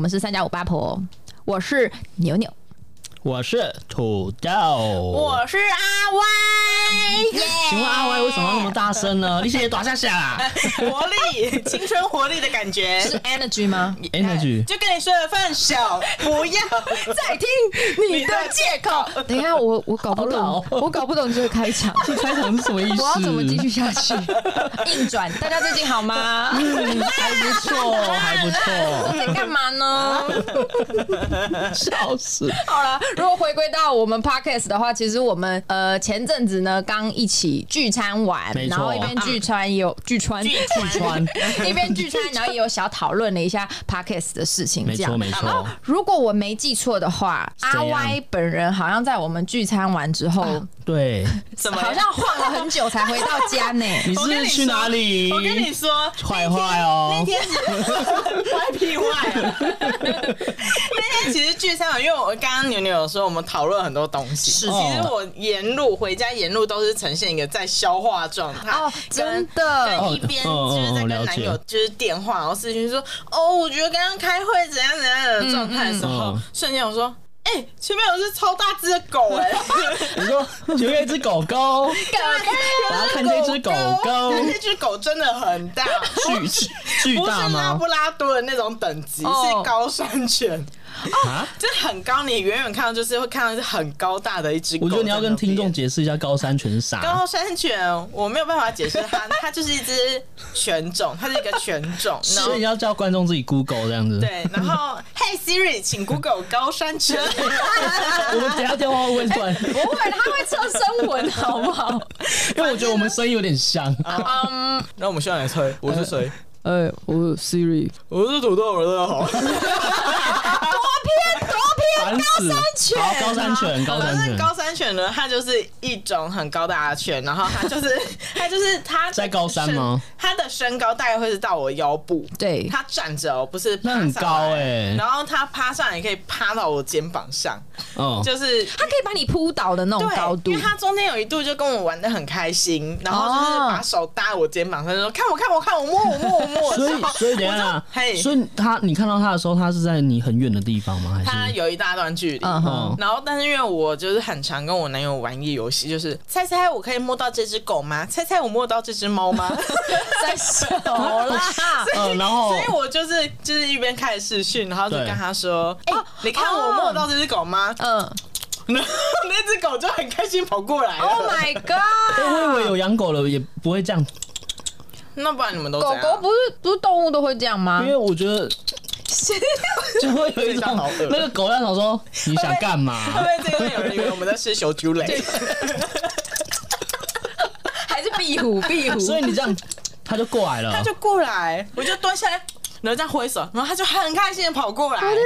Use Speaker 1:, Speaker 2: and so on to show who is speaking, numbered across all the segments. Speaker 1: 们是三加五八婆，我是牛牛，
Speaker 2: 我是土豆。
Speaker 1: 我是阿歪，耶！
Speaker 2: 请问阿歪为什么要那么大声呢？ 你先打下下啊啦
Speaker 3: 活力，青春活力的感觉。
Speaker 1: 是 energy 吗？
Speaker 2: 哎，energy。
Speaker 3: 就跟你说的放手，不要。
Speaker 1: 再听你的借口。等一下，我我搞不
Speaker 2: 好
Speaker 1: 懂，我搞不懂这个开 场，
Speaker 2: 这哎开场是什么意思？
Speaker 1: 我要怎么继续？下去？硬转，大家最近好吗？
Speaker 2: 嗯，还不错，还不错，
Speaker 1: 在干嘛呢？
Speaker 2: 笑死！
Speaker 1: 好了，如果回归到我们 podcast 的话，其实我们呃前阵子呢刚一起聚餐完
Speaker 2: 没，错
Speaker 1: 然后一边聚餐也有聚餐，
Speaker 3: 聚
Speaker 2: 四川，
Speaker 1: 一边聚餐，然后也有小讨论了一下 podcast 的事情，
Speaker 2: 没
Speaker 1: 这
Speaker 2: 错
Speaker 1: 样。
Speaker 2: 没错，
Speaker 1: 如果我没记错的话，
Speaker 2: 怎
Speaker 1: 阿
Speaker 2: 样
Speaker 1: Y 本人好像在我们聚餐完之后，
Speaker 2: 对，
Speaker 3: 怎么了？
Speaker 1: 好像晃了很久才回到家呢。
Speaker 2: 你
Speaker 3: 我跟
Speaker 2: 是
Speaker 3: 你
Speaker 2: 去哪里？
Speaker 3: 我跟你说，
Speaker 2: 坏坏哦
Speaker 3: 那，天只歪屁坏啊。那天其实聚餐嘛，因为我刚刚牛牛有说我们讨论很多东西，
Speaker 2: 是
Speaker 3: 其实我沿路回家沿路都是呈现一个在消化状态
Speaker 1: 哦，真
Speaker 3: 跟
Speaker 1: 的，
Speaker 2: 哦
Speaker 3: 对，一边就是在
Speaker 2: 哦哦了
Speaker 3: 跟
Speaker 2: 解
Speaker 3: 男友就是电话，然后视讯说，哦，我觉得刚刚开会怎样怎样的状态的时
Speaker 2: 嗯
Speaker 3: 候
Speaker 2: 嗯，
Speaker 3: 瞬间我说，哎、前面有只超大只的狗哎、
Speaker 2: 你说前面一只狗狗， 我要看这只狗狗
Speaker 3: 但那只狗真的很大，
Speaker 2: 巨巨巨
Speaker 3: 不
Speaker 2: 大
Speaker 3: 是拉
Speaker 2: 吗
Speaker 3: 布？拉多的那种等级，
Speaker 1: 哦
Speaker 3: 是高山犬，
Speaker 2: 啊？
Speaker 3: 就是很高，你远远看到就是会看到是很高大的一只狗。
Speaker 2: 我觉得你要跟听众。解释一下高山犬是啥。
Speaker 3: 高山犬，我没有办法解释它， 它就是一只犬种，它是一个犬种。然后
Speaker 2: 所以要叫观众自己 Google 这样子。
Speaker 3: 对，然后 Hey Siri，请 Google 高山犬。
Speaker 2: 我们等一下电话会不会断？
Speaker 1: 不会，他会测声纹，好不好？
Speaker 2: 因为我觉得我们声音有点像。
Speaker 3: 啊
Speaker 1: 嗯，
Speaker 3: 那我们现在来猜，我是谁？
Speaker 1: 呃，我 Siri
Speaker 3: 我是土豆，我的好。
Speaker 2: 烦死！好，高山犬，高
Speaker 3: 反
Speaker 2: 山
Speaker 3: 正
Speaker 2: 犬，
Speaker 3: 高山犬呢，它就是一种很高大的犬，然后它就是 它就是它的
Speaker 2: 在高山吗
Speaker 3: 身？它的身高大概会是到我腰部。
Speaker 1: 对，
Speaker 3: 它站着哦，不是
Speaker 2: 那
Speaker 3: 爬
Speaker 2: 很
Speaker 3: 上
Speaker 2: 高
Speaker 3: 来
Speaker 2: 欸
Speaker 3: 然后它趴上来也可以趴到我肩膀上，
Speaker 2: 哦，
Speaker 3: 就是
Speaker 1: 他可以把你扑倒的那种
Speaker 3: 对
Speaker 1: 高度
Speaker 3: 因为。它中间有一度就跟我玩的很开心，然后就是
Speaker 1: 哦
Speaker 3: 把手搭我肩膀上，就说看我看我看我摸我摸我摸。
Speaker 2: 所以
Speaker 3: 然后
Speaker 2: 所以等一下啊
Speaker 3: 我就嘿，
Speaker 2: 所以他你看到他的时候，他是在你很远的地方吗？
Speaker 3: 它
Speaker 2: 还是
Speaker 3: 有一大段距离，
Speaker 1: 嗯
Speaker 2: 哦
Speaker 1: 哼，
Speaker 3: 然后，但是因为我就是很常跟我男友玩一游戏，就是猜猜我可以摸到这只狗吗？猜猜我摸到这只猫 吗？
Speaker 1: 在手啦。
Speaker 2: 呃，然后
Speaker 3: 所
Speaker 1: 哦
Speaker 3: 以我就是就是一边开始试训，然后就
Speaker 2: 对
Speaker 3: 跟他说：“哎、你看
Speaker 1: 哦
Speaker 3: 我摸到这只狗吗
Speaker 1: 嗯？”
Speaker 3: 然后那只狗就很开心跑过来了。
Speaker 1: ，Oh my
Speaker 2: 哎
Speaker 1: god！
Speaker 2: 我以为有养狗了也不会这样，
Speaker 3: 那不然你们都
Speaker 1: 狗
Speaker 3: 怎样
Speaker 1: 狗不是不是动物都会这样吗
Speaker 2: 因？
Speaker 3: 啊
Speaker 2: 为我觉得就会有一
Speaker 3: 这
Speaker 2: 种
Speaker 3: 张好恶
Speaker 2: 那个狗在想说你想干嘛
Speaker 3: 会？不会这边有人以为我们在吃小 酒蕾？
Speaker 1: 还是壁虎？壁虎？
Speaker 2: 所以你这样他就过来了
Speaker 3: 他。就过来，我就蹲下来，然后这样挥手，然后他就很开心的跑过来。
Speaker 1: 我的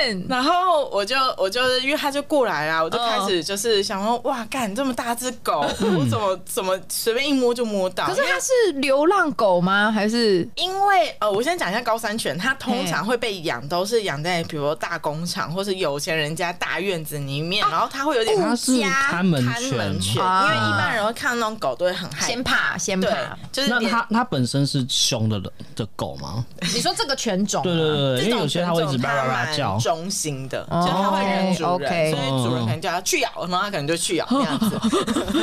Speaker 1: 天！
Speaker 3: 然后我就我就是因为他就过来啊啦，我就
Speaker 1: 嗯
Speaker 3: 开始就是想说，哇，干这么大只狗，我怎么怎么随便一摸就摸到？
Speaker 1: 可是
Speaker 3: 因为
Speaker 1: 它是流浪狗吗？还是
Speaker 3: 因为呃，我先讲一下高山犬，它通常会被养，都是养在比如说大工厂或是有钱人家大院子里面，然后它会有点
Speaker 2: 哦它是看门
Speaker 3: 看门犬，
Speaker 2: 犬
Speaker 3: 因
Speaker 1: 啊
Speaker 3: 为一般人会看到那种狗都会很害
Speaker 1: 先
Speaker 3: 怕，
Speaker 1: 怕先
Speaker 3: 对
Speaker 1: 怕？，
Speaker 3: 就是
Speaker 2: 那
Speaker 3: 连
Speaker 2: 它它本身是凶的人的狗吗？
Speaker 1: 你说这个犬种？啊
Speaker 2: 对对对，对因
Speaker 3: 哦这
Speaker 2: 为有
Speaker 3: 种
Speaker 2: 些
Speaker 3: 犬
Speaker 2: 它会一
Speaker 3: 种
Speaker 2: 直叭
Speaker 3: 它
Speaker 2: 叭叭
Speaker 3: 蛮啊
Speaker 2: 叫。
Speaker 3: 忠心的，
Speaker 1: 哦
Speaker 3: 就是它会认主
Speaker 1: OK，OK
Speaker 3: 人，所以主人可能叫它去咬，然后它可能就去咬这 样子。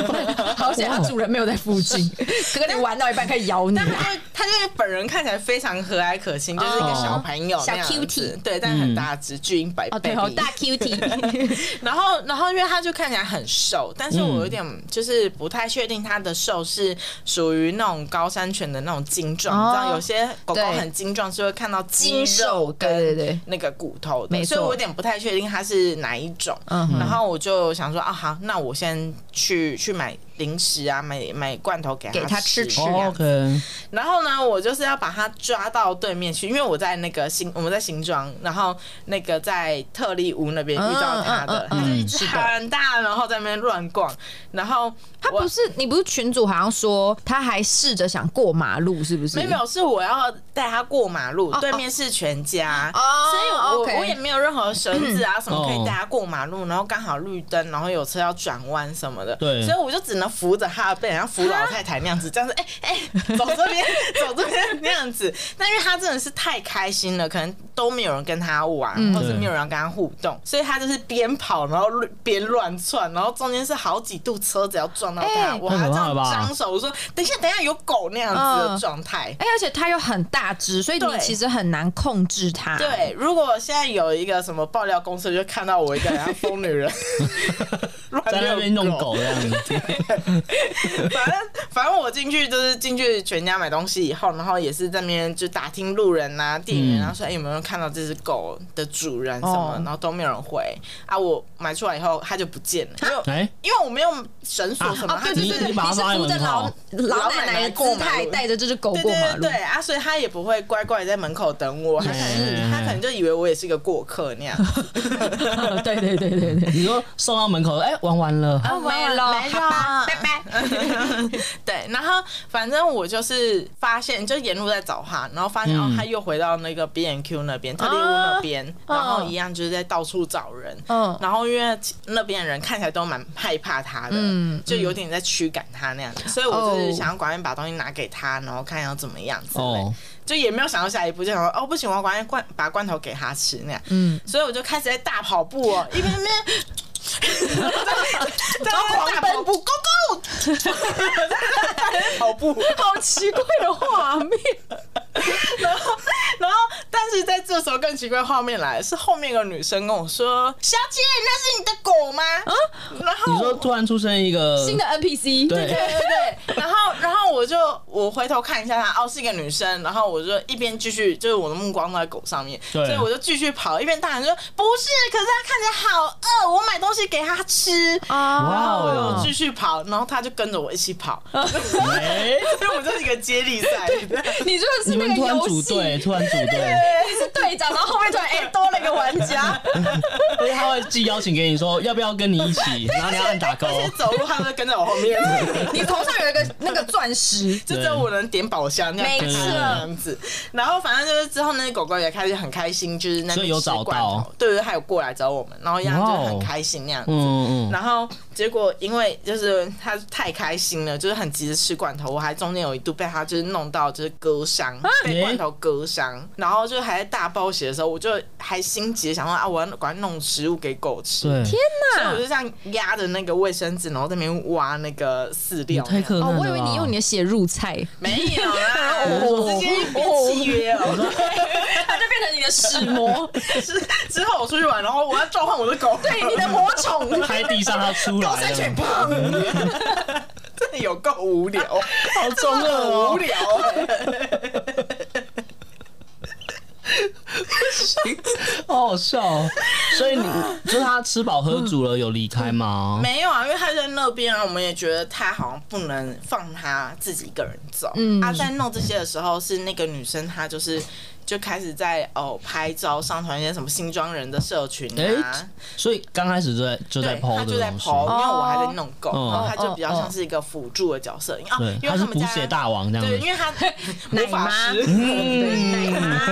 Speaker 1: 对，好险它主人没有在附近，可能你玩到一半可以咬你
Speaker 3: 但。他就他就是本人看起来非常和蔼可亲，就是一个小朋友那样子
Speaker 1: 小 cutie
Speaker 3: 对，但很大只，巨婴白
Speaker 1: 哦，
Speaker 3: baby
Speaker 1: 对，好大 Q T，
Speaker 3: 然后然后因为他就看起来很瘦，但是
Speaker 1: 嗯
Speaker 3: 我有点就是不太确定他的瘦是属于那种高山犬的那种精壮，
Speaker 1: 哦
Speaker 3: 你知道有些狗狗
Speaker 1: 对
Speaker 3: 很精壮是会看到肌
Speaker 1: 精瘦
Speaker 3: 肉
Speaker 1: 对对对
Speaker 3: 跟那个骨头
Speaker 1: 没
Speaker 3: 的，
Speaker 1: 错
Speaker 3: 所以我有点不太确定它是哪一种。
Speaker 1: 嗯哼
Speaker 3: 然后我就想说啊，好，那我先去去买零食啊，买买罐头给它
Speaker 1: 给它吃啊吃
Speaker 2: 哦 OK，
Speaker 3: 然后呢，我就是要把它抓到对面去，因为我在那个新我们在新庄，然后那个在特利屋那边遇到它的，
Speaker 1: 嗯嗯嗯嗯
Speaker 3: 它就一只很大，然后在那边乱逛，然后
Speaker 1: 他
Speaker 3: 我
Speaker 1: 不是你不是群主好像说他还试着想过马路，是不是？
Speaker 3: 没有没有是我要带它过马路，
Speaker 1: 哦
Speaker 3: 对面是全家。
Speaker 1: 哦，
Speaker 3: 所以我
Speaker 1: OK
Speaker 3: 我也没有任何绳 子啊什么可
Speaker 2: 哦
Speaker 3: 以带它过马路，然后刚好绿灯，然后有车要转弯什么的，
Speaker 2: 对
Speaker 3: 所以我就只能后扶着他的背，然后扶老太太那样子，这样子，哎、哎、走这边，走这边那样子。但因为他真的是太开心了，可能都没有人跟他玩，
Speaker 1: 嗯
Speaker 3: 或者是没有人跟他互动，所以他就是边跑然后边乱窜，然后中间是好几度车子要撞到他，
Speaker 1: 哎
Speaker 3: 我还
Speaker 2: 太
Speaker 3: 这样
Speaker 2: 可怕了吧
Speaker 3: 张手，我说等一下，等一下，有狗那样子的
Speaker 1: 嗯
Speaker 3: 状态。
Speaker 1: 哎、而且它又很大只，所以你
Speaker 3: 对
Speaker 1: 其实很难控制它。， 哦
Speaker 3: 对，如果现在有一个什么爆料公司，就看到我一个人要疯女人， 乱
Speaker 2: 在那边
Speaker 3: 遛
Speaker 2: 弄。狗这样 子，
Speaker 3: 反正反正我进去就是进去全家买东西以后，然后也是在那边就打听路人啊、店员啊，然后说、哎有没有人看到这只狗的主人什么，
Speaker 1: 哦
Speaker 3: 然后都没有人回啊。我买出来以后，它就不见了，因为
Speaker 2: 哎，
Speaker 3: 因为我没有绳索什么，
Speaker 1: 哦，
Speaker 3: 它
Speaker 1: 对
Speaker 3: 就
Speaker 1: 对
Speaker 3: 是
Speaker 1: 对对，
Speaker 2: 你把它
Speaker 1: 是
Speaker 2: 放在
Speaker 1: 扶着
Speaker 2: 门
Speaker 1: 老
Speaker 2: 口
Speaker 1: 老奶奶的姿
Speaker 3: 老奶奶过马
Speaker 1: 态，
Speaker 3: 路
Speaker 1: 带着这只狗
Speaker 3: 对
Speaker 1: 过马
Speaker 3: 对对
Speaker 1: 路。
Speaker 3: 对啊，所以他也不会乖乖地在门口等我，他可能
Speaker 2: 嗯
Speaker 3: 他可能就以为我也是个过客那样。
Speaker 1: 对对对对对。
Speaker 2: 你说送到门口，哎，玩完了，
Speaker 1: 啊，没了，
Speaker 3: 没
Speaker 1: 好吧
Speaker 3: 了
Speaker 1: 拜拜。
Speaker 3: 对，然后反正我就是发现，就沿路在找他，然后发现、
Speaker 2: 嗯
Speaker 3: 哦，他又回到那个 B N Q 那边，特利屋那边，
Speaker 1: 嗯
Speaker 3: 然后一样就是在到处找人。
Speaker 2: 哦
Speaker 1: 嗯，
Speaker 3: 然后因为那边的人看起来都蛮害怕他的，
Speaker 1: 嗯
Speaker 3: 就有点在驱赶他那
Speaker 2: 嗯
Speaker 3: 样子，所以我就是
Speaker 1: 哦
Speaker 3: 想要赶快把东西拿给他，然后看要怎么样子，类
Speaker 2: 哦，
Speaker 3: 就也没有想到下一步，就想说哦不行，我要赶快罐把罐头给他吃那样，
Speaker 1: 嗯
Speaker 3: 所以我就开始在大跑步 哦，一边边在狂奔步，Go Go，跑步，
Speaker 1: 好奇怪的画面。
Speaker 3: 然后然后，但是在这时候更奇怪的画面来了，是后面有个女生跟我说：“小姐，那是你的狗吗？”然后
Speaker 2: 啊你说突然出生一个
Speaker 1: 新的 NPC，
Speaker 2: 对哎
Speaker 3: 对对对，然后然后我就我回头看一下她，哦是一个女生，然后我就一边继续，就是我的目光都在狗上面，
Speaker 2: 对
Speaker 3: 所以我就继续跑，一边大喊说不是，可是她看起来好饿，我买东西给她吃。然后我
Speaker 1: 哦
Speaker 2: 嗯
Speaker 3: 就继续跑，然后她就跟着我一起跑，
Speaker 2: 哎，
Speaker 3: 所以我们就是一个接力赛。
Speaker 1: 你就是那
Speaker 2: 你们
Speaker 1: 个
Speaker 2: 突然
Speaker 1: 游
Speaker 2: 组
Speaker 1: 戏，
Speaker 2: 队，突然组队，
Speaker 1: 你是队长，然后后面突然哎多了一个玩家，
Speaker 2: 而且他会寄邀请给你说要不要跟你一 起，然后你要按打勾
Speaker 3: 而，且走路她都会跟在我后面，
Speaker 1: 你头上有一个那个钻石，
Speaker 3: 就只有我能点宝箱那样，
Speaker 1: 没
Speaker 2: 错
Speaker 3: 那样子。然后反正就是之后那个狗狗也开始很开心，就是那边
Speaker 2: 所以有
Speaker 3: 吃罐
Speaker 2: 找到
Speaker 3: 头，对对，还有过来找我们，然后一样就是
Speaker 2: 哇
Speaker 3: 很
Speaker 2: 哦
Speaker 3: 开心那样子。
Speaker 2: 嗯嗯嗯，
Speaker 3: 然后结果因为就是他太开心了，就是很急着吃罐头，我还中间有一度被他就是弄到就是割伤，
Speaker 2: 啊
Speaker 3: 被罐头割伤，然后就还在大暴血的时候，我就还心急想说啊，我要赶快弄食物给狗吃，
Speaker 2: 对，啊
Speaker 1: 天
Speaker 3: 所以我
Speaker 1: 哪
Speaker 3: 就！这样压着那个卫生纸，然后在那边挖那个饲
Speaker 2: 也
Speaker 3: 料，
Speaker 2: 太可
Speaker 1: 哦
Speaker 2: 怕了，，
Speaker 1: 我以为你用你的血入菜，
Speaker 3: 没有啦，
Speaker 2: 哦
Speaker 3: 我直接变契约了。
Speaker 1: 它就变成你的屎魔，
Speaker 3: 之之后我出去玩，然后我要召唤我的狗， 对你的魔宠，
Speaker 2: 拍地上它出
Speaker 3: 狗
Speaker 2: 来
Speaker 3: 三犬
Speaker 2: 了，
Speaker 3: 胖， 真的有够无聊。
Speaker 2: 好中 二
Speaker 3: 很无
Speaker 2: 哦，
Speaker 3: 聊、
Speaker 2: 好好笑哦。所 以你就是他吃饱喝足了有离开吗？
Speaker 3: 没有啊，因为他在那边啊，我们也觉得他好像不能放他自己一个人走。
Speaker 1: 嗯
Speaker 3: 他在弄这些的时候，是那个女生，她就是就开始在哦拍照上传一些什么新庄人的社群啊。
Speaker 2: 哎所以刚开始就在就在
Speaker 3: 对，
Speaker 2: 抛
Speaker 3: 他就
Speaker 2: 这
Speaker 3: 在
Speaker 2: 东西，
Speaker 3: 抛，因为我还在弄狗，
Speaker 2: 哦
Speaker 3: 然后他就比较像是一个辅助的角色，因为哦
Speaker 2: 对，，
Speaker 3: 因
Speaker 2: 他
Speaker 3: 为
Speaker 2: 是
Speaker 3: 他们
Speaker 2: 补
Speaker 3: 家
Speaker 2: 血大王这样
Speaker 3: 对，
Speaker 2: 子
Speaker 3: 因。为他
Speaker 1: 奶
Speaker 3: 魔法
Speaker 1: 妈嗯
Speaker 3: 师，
Speaker 1: 对，奶妈，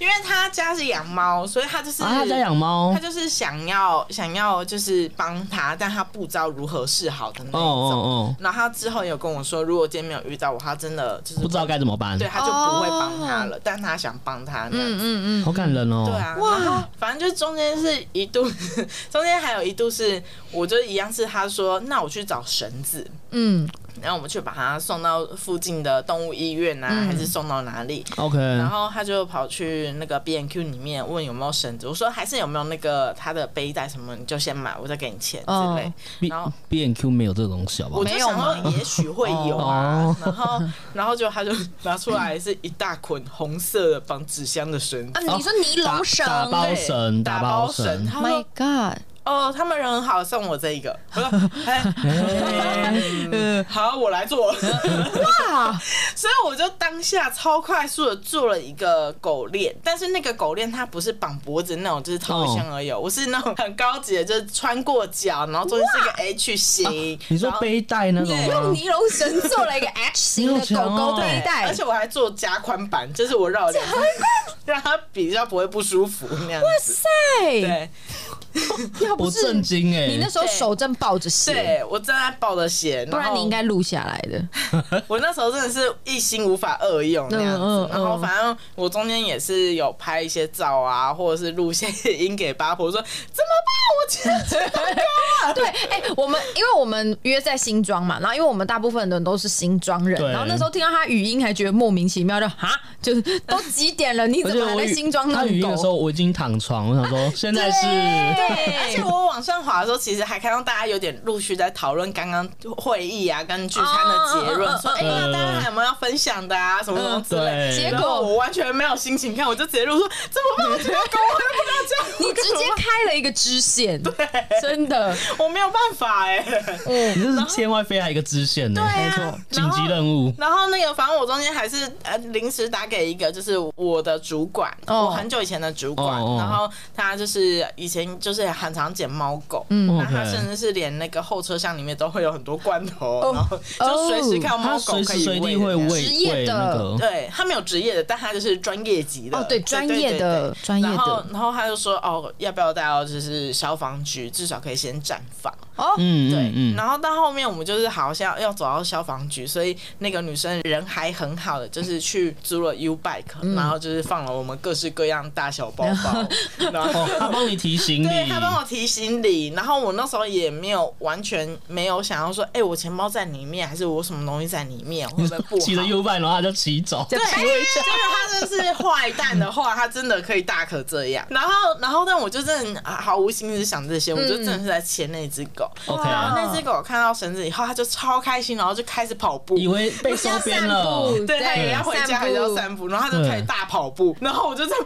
Speaker 3: 因为他家是养猫，所以他就是
Speaker 1: 哦
Speaker 2: 啊，他在养猫
Speaker 3: 他，就是想要想要就是帮他，但他不知道如何是好的那一
Speaker 2: 哦
Speaker 3: 种。
Speaker 2: 哦
Speaker 3: 然后他之后有跟我说，如果今天没有遇到我，他真的就是
Speaker 2: 哦，不知道该怎么办
Speaker 3: 对，，他就不会帮他了。但他想帮他那样子。
Speaker 1: 嗯嗯嗯，
Speaker 2: 好感人哦。
Speaker 3: 对，啊，
Speaker 1: 哇
Speaker 3: 哇，反正就是中间是一度， 中间还有一度是，我就一样是他说，那我去找绳子，
Speaker 1: 嗯，
Speaker 3: 然后我们去把他送到附近的动物医院啊，还是送到哪里？
Speaker 2: OK，
Speaker 3: 然后他就跑去那个 B N Q 里面问有没有绳子，我说还是有没有那个他的背带什么，你就先买，我再给你钱之类
Speaker 1: 哦。
Speaker 2: B
Speaker 3: 然后
Speaker 2: B N Q 没有这个东西，好不好
Speaker 3: 我？就想说也许会有啊，然后然后就他就拿出来是一大捆红色的绑纸箱的绳
Speaker 1: 啊，
Speaker 3: 子。
Speaker 1: 你说尼
Speaker 2: 打
Speaker 1: 龙绳
Speaker 2: 哦打包
Speaker 3: 对
Speaker 2: 绳，
Speaker 3: 嗯打
Speaker 2: 包
Speaker 3: 包绳，他
Speaker 1: ？My
Speaker 3: 说
Speaker 1: God！
Speaker 3: 哦，他们人很好，送我这一个。我说， 哎，嗯 好，我来做。
Speaker 1: 哇，
Speaker 3: 所以我就当下超快速的做了一个狗链，但是那个狗链它不是绑脖子那种，就是套一箱而已哦，我是那种很高级的，就是穿过脚，然后中间是一个 H 型。
Speaker 2: 你说
Speaker 3: 然后
Speaker 2: 背带那种
Speaker 1: 用
Speaker 2: 吗？
Speaker 1: 尼龙绳做了一个 H 型的狗狗
Speaker 2: 哎
Speaker 1: 背带
Speaker 3: 哎而，且我还做加宽版，就是 我绕两，让它比较不会不舒服那样子。
Speaker 1: 对，
Speaker 3: 对，
Speaker 1: 要
Speaker 2: 我
Speaker 1: 不是
Speaker 2: 震惊哎、
Speaker 1: 你那时候手正抱着血，
Speaker 3: 对我正在抱着血，
Speaker 1: 不然
Speaker 3: 后
Speaker 1: 你应该录下来的。
Speaker 3: 我那时候真的是一心无法二用那样子，
Speaker 1: 嗯嗯嗯
Speaker 3: 然后反正我中间也是有拍一些照啊，或者是录一些音给八婆说怎么 办？我觉得
Speaker 1: 对，哎、我们因为我们约在新庄嘛，然后因为我们大部分的人都是新庄人，
Speaker 2: 对
Speaker 1: 然后那时候听到他语音还觉得莫名其妙，就哈，就是都几点了，你
Speaker 2: 而
Speaker 1: 怎
Speaker 2: 且
Speaker 1: 么还
Speaker 2: 我
Speaker 1: 在
Speaker 2: 语
Speaker 1: 新庄
Speaker 2: 他
Speaker 1: 弄
Speaker 2: 语音的时
Speaker 1: 狗？
Speaker 2: 候，我已经躺床，我想
Speaker 3: 啊
Speaker 2: 说现在是
Speaker 1: 对，
Speaker 3: 而且我往上滑的时候，其实还看到大家有点陆续在讨论刚刚会议啊跟聚餐的结
Speaker 1: 哦哦哦
Speaker 3: 论，说哎，
Speaker 2: 嗯
Speaker 3: 那大家还有没有要分享的啊，什么什么之类。
Speaker 2: 对，
Speaker 1: 结
Speaker 3: 然
Speaker 1: 果
Speaker 3: 后我完全没有心情看，我就直接录说怎么 办？我觉得跟我又不能这样，
Speaker 1: 你直接开了一个支线，真的，
Speaker 3: 我没有办法哎、
Speaker 2: 你这是天外飞来一个支线呢、
Speaker 3: 对啊
Speaker 2: 紧急任务。
Speaker 3: 然后那个，反正我中间还是呃临时打给一个，就是我的主管，
Speaker 1: 哦
Speaker 3: 我很久以前的主管，
Speaker 2: 哦哦
Speaker 3: 然后他就是以前就是很常捡猫狗，
Speaker 1: 嗯
Speaker 3: 那他
Speaker 2: OK
Speaker 3: 甚至是连那个后车厢里面都会有很多罐头，然后就随时看到
Speaker 2: 哦他
Speaker 3: 猫狗
Speaker 2: 随
Speaker 3: 可
Speaker 2: 时
Speaker 3: 以
Speaker 2: 随地
Speaker 3: 喂
Speaker 2: 会
Speaker 3: 的那样
Speaker 2: 喂
Speaker 1: 职业
Speaker 2: 喂那
Speaker 1: 的
Speaker 2: 个，
Speaker 3: 对他没有职业的，但他就是专业级的。
Speaker 1: 哦对专业
Speaker 3: 对
Speaker 1: 的
Speaker 3: 对
Speaker 1: 专业的
Speaker 3: 然后，然后他就说，哦，要不要带到就是消防局，至少可以先暂放。
Speaker 1: 哦，
Speaker 2: 嗯
Speaker 3: 对，
Speaker 2: 嗯嗯，
Speaker 3: 然后到后面我们就是好像要走到消防局，所以那个女生人还很好的，就是去租了 U bike，、然
Speaker 1: 嗯
Speaker 3: 后就是放了我们各式各样大小包 包，然后
Speaker 2: 哦，他帮你提行李，
Speaker 3: 对他帮我提行李，然后我那时候也没有完全没有想要说，哎、我钱包在里面，还是我什么东西在里面，会不会不好？
Speaker 2: 骑着 U 拜，然后他就骑走。
Speaker 1: 就
Speaker 3: 对，就是他真的是坏蛋的话，他真的可以大可这样。 嗯然后，然后，但我就真的毫无心思想这些，我就真的是在牵那只狗。
Speaker 2: OK
Speaker 3: 然后那只狗看到绳子以后，它就超开心，然后就开始跑步。
Speaker 2: 以为被收编了，
Speaker 3: 对，它以为要回家，还是要
Speaker 1: 步。
Speaker 3: 散步，然后它就开始大跑步，然后我就这 样，